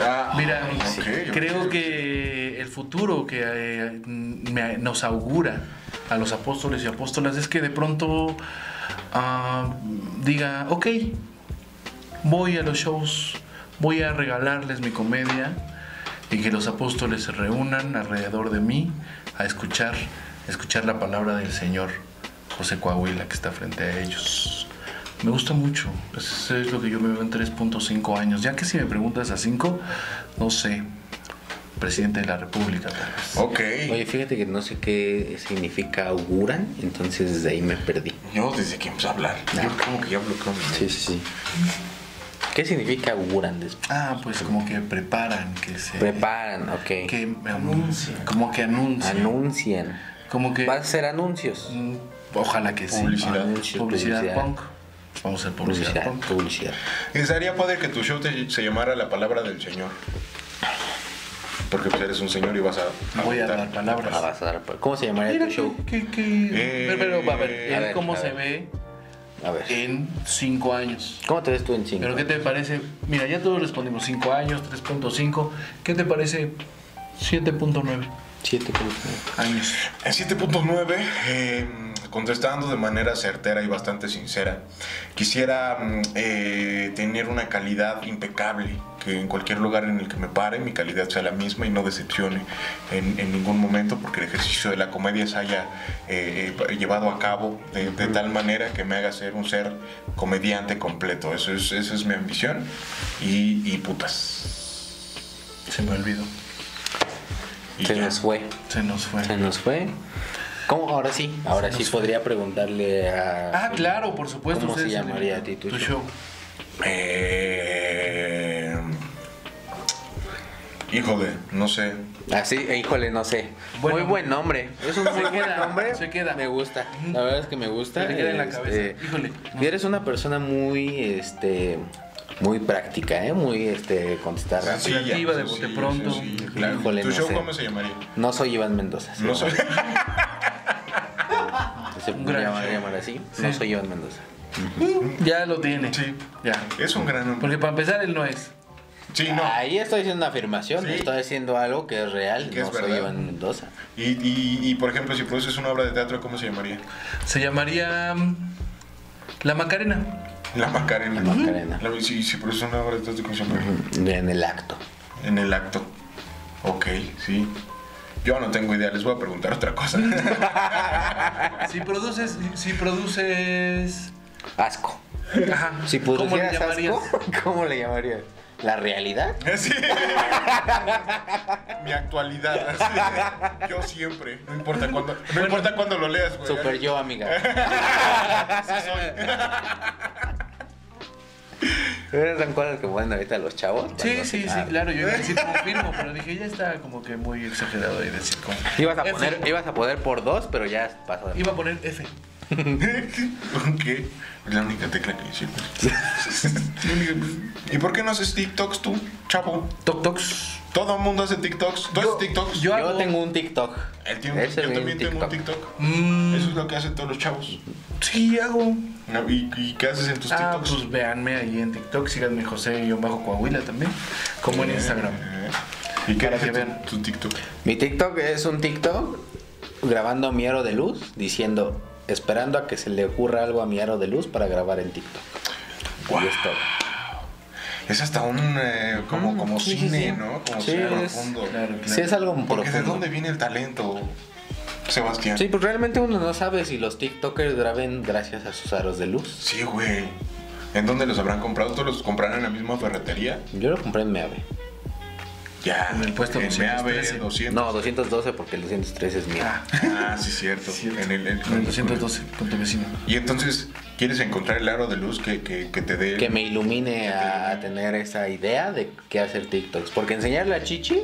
Ah,
Mira,
ok, ok.
creo que el futuro que eh, me- nos augura a los apóstoles y apóstolas es que de pronto ah, diga, ok, voy a los shows, voy a regalarles mi comedia y que los apóstoles se reúnan alrededor de mí a escuchar, a escuchar la palabra del Señor José Coahuila que está frente a ellos. Me gusta mucho, eso es lo que yo me veo en 3.5 años, ya que si me preguntas a 5, no sé, presidente de la República tal vez.
Ok.
Oye, fíjate que no sé qué significa auguran, entonces desde ahí me perdí.
Yo desde que empecé a hablar. Yo como que ya bloqueo mi
Sí, sí, sí. ¿Qué significa auguran después?
Ah, pues como que preparan, que se...
Preparan, ok.
que me anuncian, como que anuncian.
Anuncian.
como que...
¿Vas a hacer anuncios?
Mm, Ojalá que sí.
Publicidad.
Publicidad, publicidad punk. Vamos a hacer publicidad,
Publicidad,
punk.
publicidad.
Estaría padre que tu show te- se llamara La Palabra del Señor. Porque pues eres un señor y vas a...
Voy a
aventar.
dar palabras.
Ah, vas a dar- ¿Cómo se llamaría
Mira
tu show?
que- que- que-
Eh,
pero, pero, va a ver,
a
él
ver,
cómo
a
se
ver.
ve
A ver.
en 5 años.
¿Cómo te ves tú en cinco?
Pero ¿qué te parece? Mira, ya todos respondimos 5 años, 3.5. ¿Qué te parece 7.9
Siete, creo.
años?
En 7.9, eh, contestando de manera certera y bastante sincera, quisiera mm, eh, tener una calidad impecable, que en cualquier lugar en el que me pare mi calidad sea la misma y no decepcione en, en ningún momento, porque el ejercicio de la comedia se haya eh, eh, llevado a cabo de, de tal manera que me haga ser un ser comediante completo. Eso es, esa es mi ambición y, y putas.
Se me olvidó.
Y
Se
ya.
nos fue.
Se nos fue.
Se nos fue. ¿Cómo? Ahora sí. Ahora sí podría preguntarle a.
Ah, claro, por supuesto.
¿Cómo se
ustedes-
llamaría a ti tu
tu
show?
show?
Eh, híjole, no sé.
Así, eh, híjole, no sé.
Bueno.
muy buen nombre. Es un muy
Se
buen
queda,
nombre.
se queda.
Me gusta. La verdad es que me gusta.
Se le queda en la
Este,
cabeza. Híjole, no
y eres una persona muy, este, muy práctica, ¿eh? Muy, este, contestar rápido.
Creativa, de bote pronto.
claro.
Híjole,
¿Tu
no
show
sé.
cómo se llamaría?
No soy Iván Mendoza. ¿sí?
No sé.
Se
Un gran
podría llamar,
show.
llamar así. No soy Iván Mendoza.
Ya lo tiene.
Sí.
Ya.
Es un gran nombre.
Porque para empezar él no es.
Sí, no.
Ahí estoy haciendo una afirmación.
Sí.
Estoy haciendo algo que es real.
Que
no
es
soy
verdad.
Iván Mendoza.
Y, y, y, por ejemplo, si produces una obra de teatro, ¿cómo se llamaría?
Se llamaría mm, La Macarena.
La Macarena.
La Macarena.
La- si, si produces una obra de teatro, ¿cómo se llamaría?
En el acto.
En el acto. Ok, sí. Yo no tengo idea, les voy a preguntar otra cosa.
Si produces, si produces.
Asco.
Ajá.
Si
¿cómo le
pudieras
llamarías?
asco, ¿cómo le llamarías? ¿La realidad?
Sí. Mi actualidad. así. Yo siempre. No importa cuándo. No importa cuándo lo leas, güey.
Super yo, amiga.
Así soy.
Esas son cosas que ponen ahorita los chavos.
Sí,
cuando se-
sí, sí,
ah,
claro, yo iba a decir confirmo, pero dije, ya está como que muy exagerado ahí decir como.
Ibas a,
F.
poner, ibas a poder por dos, pero ya pasó. de-
Iba a poner F.
ok. La única tecla que sirve. La única- ¿Y por qué no haces TikToks tú, chavo?
Tok Toks.
Todo el mundo hace TikToks. ¿Tú haces TikToks?
Yo,
Yo hago-
tengo un TikTok.
Él tiene un-
Ese
yo
vi
también tengo un TikTok.
Mm.
Eso es lo que hacen todos los chavos.
Sí, hago.
No, ¿Y, y qué haces en tus
Ah,
TikToks?
pues véanme ahí en TikTok, síganme José y bajo Coahuila también, como en Instagram.
¿Y qué
para que
haces
vean.
en tu TikTok?
Mi TikTok es un TikTok grabando a mi aro de luz diciendo, esperando a que se le ocurra algo a mi aro de luz para grabar en TikTok.
Guau.
Y es todo.
Es hasta un eh, como, como
Mm, sí, sí,
cine,
sí.
¿no? Como
Sí,
cine
es-
profundo.
claro.
Sí, es algo
Porque
profundo.
¿de dónde viene el talento, Sebastián?
Sí, pues realmente uno no sabe si los TikTokers graben gracias a sus aros de luz.
Sí, güey. ¿En dónde los habrán comprado? ¿Todos los compraron en la misma ferretería?
Yo lo compré en Meave.
Ya.
En el puesto
en
213.
BAB 200.
No, 212 porque el 203 es mío.
Ah, sí, cierto. En el, en-
En el 212, con tu vecino.
Y entonces, ¿quieres encontrar el aro de luz que, que, que te dé?
que me ilumine a, a tener esa idea de qué hacer TikToks. Porque enseñarle a chichis,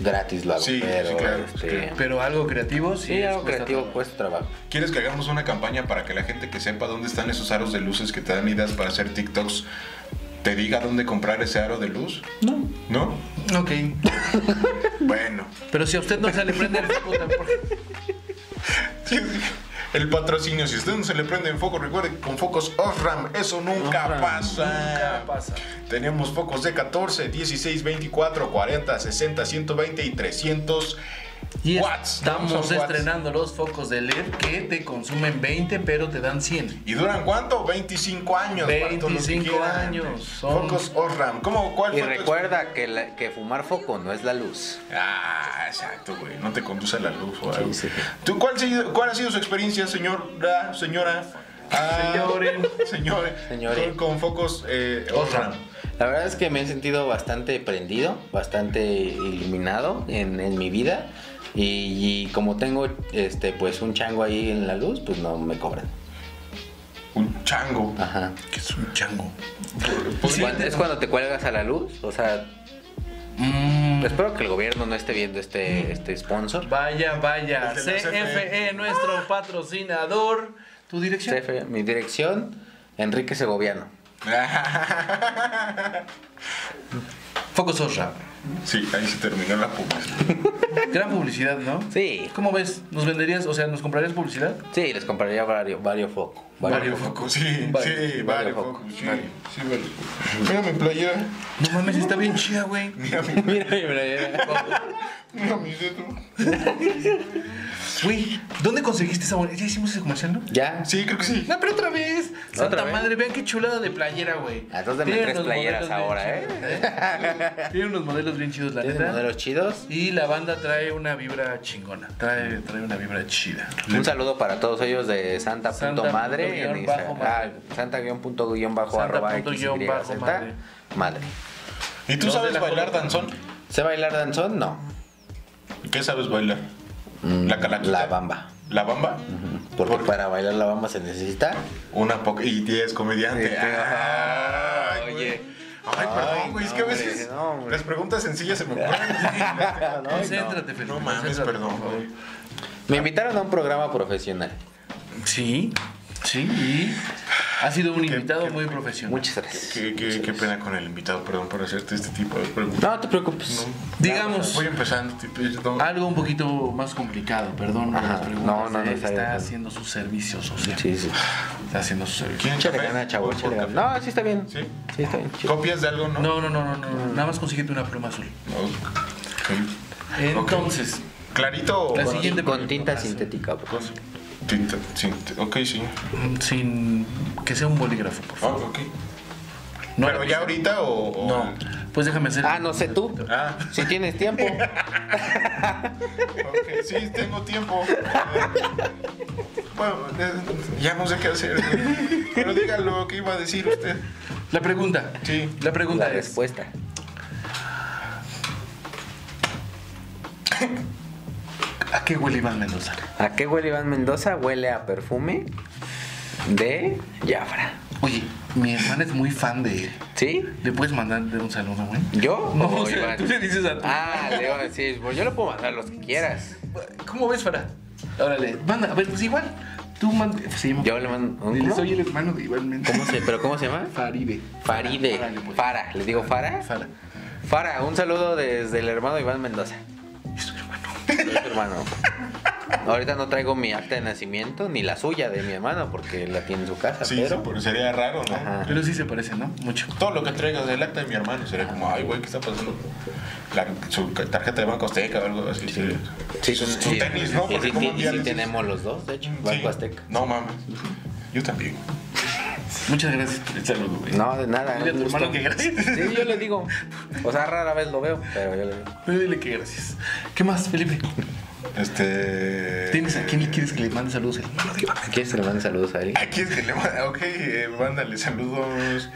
gratis lo hago.
Sí, sí,
pero,
claro,
este,
claro.
Pero algo creativo, sí.
sí,
es
algo
cuesta
creativo
trabajo.
cuesta trabajo.
¿Quieres que hagamos una campaña para que la gente que sepa dónde están esos aros de luces que te dan ideas para hacer TikToks te diga dónde comprar ese aro de luz? No. ¿No?
Ok.
Bueno.
Pero si a usted no se le prende el foco tampoco.
El patrocinio, si usted no se le prende en foco, recuerde que con focos Osram, eso nunca
Osram,
pasa.
nunca pasa.
Tenemos focos de 14, 16, 24, 40, 60, 120 y 300
Y
watts.
estamos
Son watts.
estrenando los focos de LED que te consumen 20, pero te dan 100.
¿Y duran cuánto? 25 años. Bartolo, si
25
quieran.
años, son-
Focos Osram. ¿Cómo? ¿Cuál
Y
fue tu
recuerda que, la- que fumar foco no es la luz.
Ah, exacto, güey. No te conduce a la luz o algo.
Sí, sí.
¿Tú, cuál, se- cuál ha sido su experiencia, señor, da, señora? Ah,
Señoren.
señores,
Señore.
con, con focos eh, Osram.
La verdad es que me he sentido bastante prendido, bastante iluminado en, en mi vida. Y, y como tengo este pues un chango ahí en la luz, pues no me cobran.
Un chango.
Ajá.
Que es un chango.
Cuando- es cuando te cuelgas a la luz, o sea, Mm, espero que el gobierno no esté viendo este, este sponsor.
Vaya, vaya.
Desde la E.
CFE, nuestro patrocinador. Tu dirección.
Jefe, mi dirección, Enrique Segoviano.
Focos Osra.
sí, ahí se terminó la publicidad.
Gran publicidad, ¿no?
Sí.
¿Cómo ves? ¿Nos venderías? O sea, ¿nos comprarías publicidad?
Sí, les compraría varios, varios focos.
Varios
focos, sí,
Varios,
sí,
varios
varios
focos.
focos. Sí, sí, varios focos. Mira mi playera.
No mames, está bien chida, güey.
Mira mi,
Mira, mira, mira.
mira mi dedo.
Güey, ¿dónde conseguiste esa bonita? ¿Ya hicimos ese comercial, no?
Ya.
Sí, creo que sí.
No, pero otra vez. Santa
vez?
madre, vean qué chulada de playera, güey.
Ah, entonces dame
Tiene
tres
unos
playeras
modelos bien
ahora, ¿eh?
chidos, ¿eh? Tiene unos modelos bien chidos, la
Tiene
neta.
modelos chidos.
Y la banda trae una vibra chingona. Trae, trae una vibra chida.
Un saludo para todos ellos de Santa,
Santa
punto
punto
madre en
guión
Instagram.
bajo madre.
Ah, Santa guión punto guión bajo
Santa
arroba
punto
XY
guión bajo
Z,
madre.
madre.
¿Y tú
Los de
sabes
la
bailar
colonia.
danzón?
¿Sé bailar danzón? No.
¿Qué sabes bailar? La calaquita.
Mm, La bamba.
¿La bamba?
Porque para bailar la bamba se necesita.
Una poca. Y es comediante.
Este,
Ah,
ajá,
güey.
oye.
Ay,
Ay,
perdón, güey. Es que a
no, hombre,
veces
no, hombre.
las preguntas sencillas se me ocurren.
No,
Concéntrate, Felipe.
No mames,
concéntrate,
perdón,
por favor.
güey.
Me invitaron a un programa profesional.
Sí, sí. Y ha sido un invitado
qué-
muy profesional.
Muchas gracias.
Qué, qué- qué pena con el invitado, perdón por hacerte este tipo de preguntas.
No te preocupes.
Digamos,
Voy empezando, te pido-
algo un poquito más complicado, perdón por
Ajá,
las preguntas.
no, no, no,
eh,
está
está,
bien.
haciendo sus servicios, o sea,
Sí, sí.
está haciendo sus servicios.
¿Quieren
Échale
café?
gana, chavo,
¿Por-
échale
por
gana. No, sí está bien.
café? ¿Sí?
Sí, está bien. chido.
¿Copias de algo, no?
No, no, no, no, no, nada más consíguete una pluma azul.
Ok.
Entonces,
¿Clarito o
La
Con-
siguiente
Con
pregunta.
tinta sintética. por favor.
tinta? Sí, t- ok, sí.
mm, sin que sea un bolígrafo, por
Ah,
favor.
ok.
No,
¿Pero ya ahorita o...? o-
No, pues déjame hacer.
Ah, no sé tú.
Ah,
Si tienes tiempo.
ok, sí, tengo tiempo. Bueno, eh, ya no sé qué hacer. Pero diga lo que iba a decir usted.
La pregunta.
Sí.
La pregunta
La
es.
respuesta.
¿A qué huele Iván Mendoza?
¿A qué huele Iván Mendoza? Huele a perfume de Jafra.
Oye, mi hermana es muy fan de él.
¿Sí?
¿Le puedes mandar un saludo, güey?
¿Yo?
No,
o
o sea,
Iván?
tú le dices a tu-
Ah, le iba a decir, pues yo le puedo mandar los que quieras.
¿Cómo ves, Farah? Órale, manda, a ver, pues igual. Tú mand- se llama
Yo le mando- ¿cómo?
Dile, soy el hermano de igualmente.
¿Cómo se, ¿Pero cómo se llama?
Faride.
Faride.
Farale, pues.
Fara. ¿Les digo Fara?
Fara.
Fara, un saludo desde el hermano Iván Mendoza.
Es su hermano.
Soy su hermano. Ahorita no traigo mi acta de nacimiento ni la suya de mi hermano porque la tiene en su casa.
Sí,
pero...
sí, pero sería raro, ¿no?
Ajá.
Pero sí se parece, ¿no? Mucho.
Todo lo que traigas del acta de mi hermano sería como, ay, güey, ¿qué está pasando? La, su tarjeta de Banco Azteca o algo así. sería.
Sí,
su,
son-
su
sí,
tenis, ¿no?
y
Porque
sí,
¿cómo
sí, sí
enviarles-
tenemos los dos, de hecho.
Sí.
Banco Azteca.
No mames. Yo también.
Muchas gracias por el saludo, güey.
No, de nada.
Dile a
un
tu
gusto.
hermano que gracias.
Sí, yo le digo. O sea, rara vez lo veo, pero yo le digo.
Pero Dile que gracias. ¿Qué más, Felipe?
Este.
¿Tienes a quién quieres que le mande saludos? El hermano de Iván.
¿Quieres que le mande saludos a él?
Aquí es que le manda. Ok, eh, mándale saludos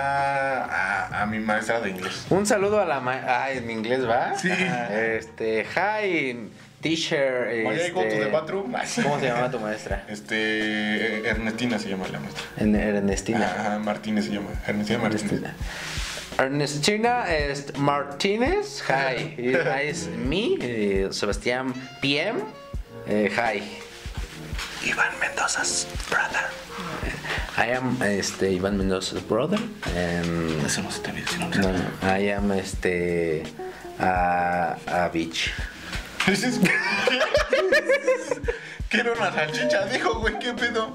a, a, a mi maestra de inglés.
Un saludo a la ma Ah, en inglés va.
Sí.
Ah, Este, hi, teacher.
May I
Este,
go to the bathroom?
¿Cómo se llama tu maestra?
Este. Ernestina se llama la maestra.
En
Ah.
Ernestina.
Ajá, Martínez se llama. Ernestina Martínez.
Ah. Ernestina. Ernestina es Martínez. Hi. Hi es me, eh, Sebastián PM. eh, hi.
Iván Mendoza's brother.
I am este, Iván Mendoza's brother. and-
Eso no se te olvide, si no,
No, no, I am este a, a bitch.
¿Qué era una salchicha? Dijo, güey, ¿qué pedo?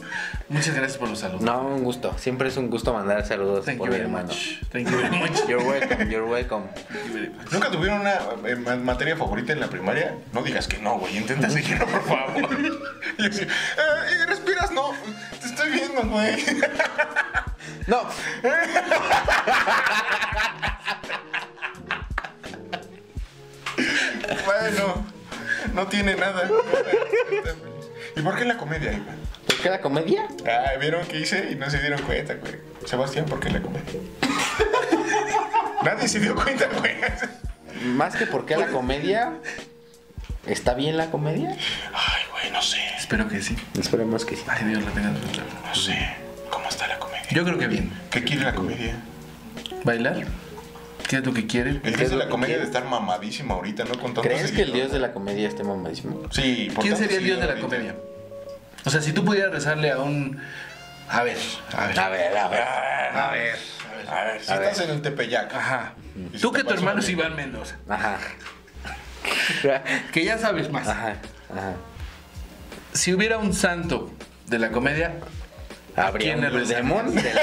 Muchas gracias por los saludos.
No, un gusto. Siempre es un gusto mandar saludos
Thank
por
you
mi
very
hermano.
much. Thank you very much.
You're welcome, you're welcome.
Thank you very much.
¿Nunca tuvieron una eh, ma- materia favorita en la primaria? No digas que no, güey. Intenta seguirlo, por favor. Y así, eh, eh, ¿respiras? No. Te estoy viendo, güey.
No.
Bueno, no tiene nada. ¿Y por qué la comedia, Iván?
¿Por qué la comedia?
Ah, vieron qué hice y no se dieron cuenta, güey. Sebastián, ¿por qué la comedia? Nadie se dio cuenta, güey.
Más que por qué la comedia. ¿Está bien la comedia?
Ay, güey, no sé.
Espero que sí.
Esperemos que sí.
Que Dios la tenga en su gloria.
No sé. ¿Cómo está la comedia?
Yo creo que bien.
¿Qué quiere la comedia?
¿Bailar? ¿Qué es lo que quiere?
El dios de la comedia de estar mamadísima ahorita, ¿no? Con tantos
¿Crees que el dios
seguidores.
de la comedia esté mamadísimo?
Sí, por
¿Quién
tantos
sería el dios de la
seguidores
comedia? O sea, si tú pudieras rezarle a un... A ver, a ver.
A ver, a ver.
ahorita. A ver, a ver. Si
A ver.
estás en el Tepeyac.
Ajá.
Y si
Tú
te
que tu
pasó
hermano es
bien.
Iván Mendoza.
Ajá.
Que ya sabes más.
Ajá. Ajá.
Si hubiera un santo de la comedia...
¿Habría
quién
un
le
blue
rezaría?
demon? de la-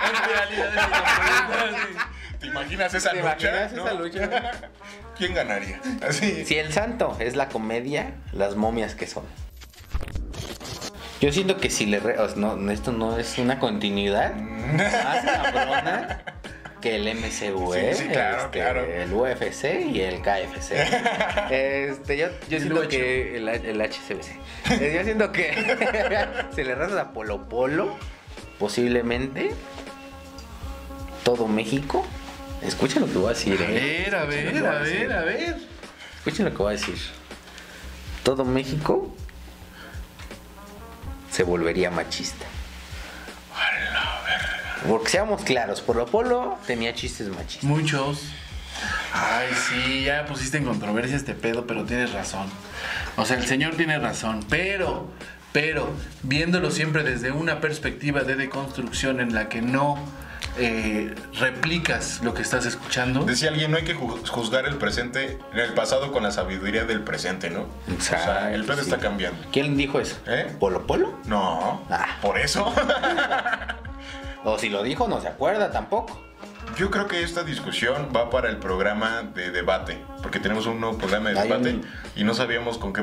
en realidad es la comedia.
¿Te imaginas esa
¿Te
lucha?
imaginas esa
¿No?
lucha?
¿Quién ganaría? Así.
Si el santo es la comedia, las momias que son. Yo siento que si le re- o sea, no, esto no es una continuidad más cabrona que el MCU,
Sí,
¿eh?
sí, claro,
Este,
claro.
el UFC y el KFC. Este, yo, yo
El
siento
UH.
que el, el HCBC. Eh, Yo siento que si le erras a Polo Polo, posiblemente todo México. Escuchen lo que voy a decir,
A
¿eh?
ver, a ver, a ver, a ver.
Escuchen lo que voy a decir. Todo México se volvería machista. Porque seamos claros, Polo Polo tenía chistes machistas.
Muchos. Ay, sí, ya pusiste en controversia este pedo, pero tienes razón. O sea, el señor tiene razón, pero, pero, viéndolo siempre desde una perspectiva de deconstrucción en la que no eh, replicas lo que estás escuchando.
Decía alguien, no hay que ju- juzgar el presente, el pasado con la sabiduría del presente, ¿no? o sea, el pedo
sí.
está cambiando.
¿Quién dijo eso?
¿Eh?
¿Polo Polo?
No,
Ah.
por eso.
O si lo dijo, no se acuerda tampoco.
Yo creo que esta discusión va para el programa de debate, porque tenemos un nuevo programa de
Hay
debate
un-
y no sabíamos con qué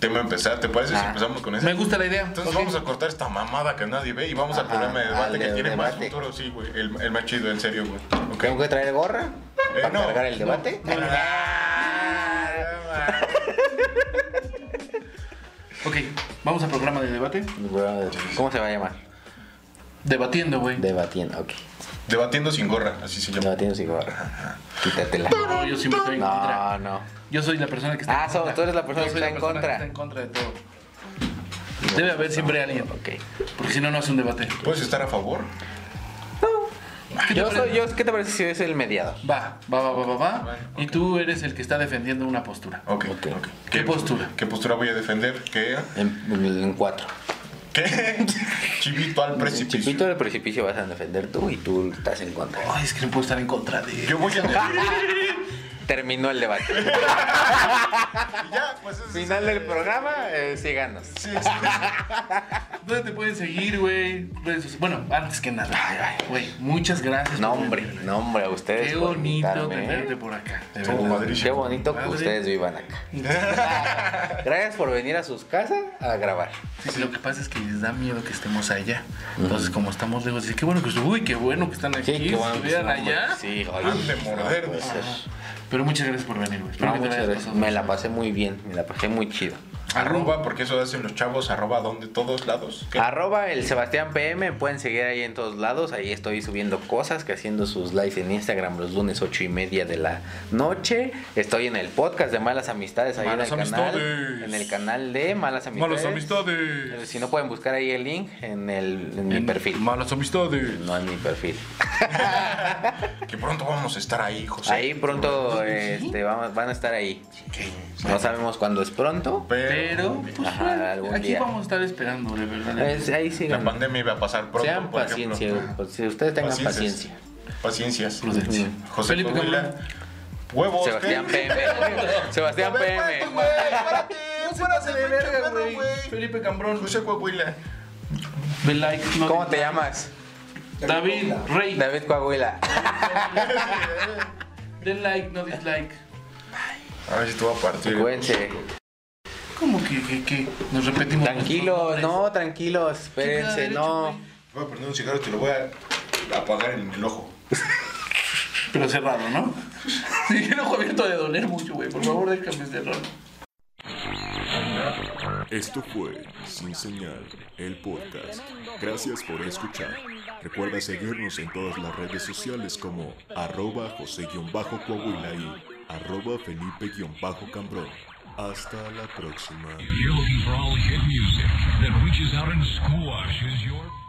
tema empezar. ¿Te parece si
Ah.
empezamos con ese?
Me gusta la idea.
Entonces
Ok.
vamos a cortar esta mamada que nadie ve y vamos al
Ajá,
programa de debate
al
que
de-
tiene más
debate.
futuro, sí, güey. El, el más chido, en serio, güey. Ok.
¿Tengo que traer gorra?
Eh,
¿Para
no,
cargar el debate?
no, no. Ah,
Ok, vamos al programa de debate.
Brother, ¿Cómo se va a llamar?
Debatiendo, güey.
Debatiendo, ok.
Debatiendo sin gorra, así se llama.
Debatiendo sin gorra. Quítatela.
No, yo siempre estoy en contra.
No, no.
Yo soy la persona que está
Ah, so- tú eres la persona
Yo
que
soy
está en
la persona
contra.
que está en contra de todo. Debe haber siempre alguien.
Ok.
Porque si no, no hace un debate.
¿Puedes estar a favor?
¿Qué te
Yo soy,
parece?
yo, ¿qué te parece si es el mediador?
Va, va, va, va, va, va. Y tú eres el que está defendiendo una postura.
Ok,
Ok.
ok.
¿Qué postura?
¿Qué postura voy a defender? ¿Qué?
En, en cuatro.
¿Qué? Chivito al precipicio.
Chipito del precipicio vas a defender tú y tú estás en contra.
Ay, es que no puedo estar en contra de
Yo voy a defender.
Terminó el debate.
y ya, pues es.
Final del programa, eh, síganos.
Sí, sí.
¿Dónde te pueden seguir, güey? Redes sociales. Bueno, antes que nada,
Ay, ay.
güey, muchas gracias. por
Nombre,
venir.
nombre a ustedes.
Qué
por
bonito
invitarme,
tenerte
¿eh?
por acá. De
Estuvo
verdad.
Qué
padrísimo.
bonito que
Madre.
ustedes vivan acá. Gracias por venir a sus casas a grabar.
Sí, sí, lo que pasa es que les da miedo que estemos allá. Entonces, como estamos lejos, dicen, qué bueno que estu- uy, qué bueno que están aquí,
Sí, qué bueno. que
estuvieran
estuvo, güey.
allá.
Sí, oye,
Han de morder,
puede
dice.
ser.
Pero muchas gracias por venir, güey. Espero
No,
que te la
muchas
hayas
gracias.
pasado
Me la pasé muy bien, me la pasé muy chido.
Arroba, porque eso hacen los chavos, arroba donde todos lados.
Ah.
¿Qué?
Arroba el Sebastián PM, pueden seguir ahí en todos lados. Ahí estoy subiendo cosas, que haciendo sus lives en Instagram los lunes 8 y media de la noche. Estoy en el podcast de Malas Amistades, ahí
Malas
en el canal.
Amistades.
En el canal de Malas Amistades. Eh,
Malas amistades.
Si no pueden buscar ahí el link en, el, en mi
En
perfil.
Malas amistades.
No en mi perfil.
Que pronto vamos a estar ahí, José.
Ahí pronto este, van, van a estar ahí. No sabemos cuándo es pronto.
Pero, pues,
Ajá,
bueno,
algún
aquí
día.
vamos a estar esperando, de verdad.
Es- pues, ahí
La
sigan.
pandemia va a pasar pronto.
Sean
por ejemplo.
paciencia. pues, si ustedes tengan
Paciencias.
paciencia.
Paciencias.
Prudencia.
José
Felipe
Coahuila.
Cameron.
Huevos.
Sebastián
¿qué?
PM. Sebastián
A ver,
PM.
pues, güey, espérate, espérate,
de verga,
perro,
güey. Felipe Cambrón.
José Coahuila.
Ve like, no-
¿Cómo te llamas?
David Rey.
David Coahuila.
Den like, no dislike.
A ver si te voy a partir.
Cuídense.
¿Cómo que, que, que? Nos repetimos.
Tranquilos, no, tranquilos, espérense,
derecho,
no.
güey.
Voy a prender un cigarro y te lo voy a apagar en el ojo.
Pero cerrado, ¿no? Sí, el ojo abierto de doler mucho, güey. Por favor, déjame cerrarlo.
Esto fue Sin Señal, el podcast. Gracias por escuchar. Recuerda seguirnos en todas las redes sociales como arroba José-Coahuila y arroba Felipe-Cambrón. Hasta la próxima.
If you're looking for all hit music that reaches out and squashes your...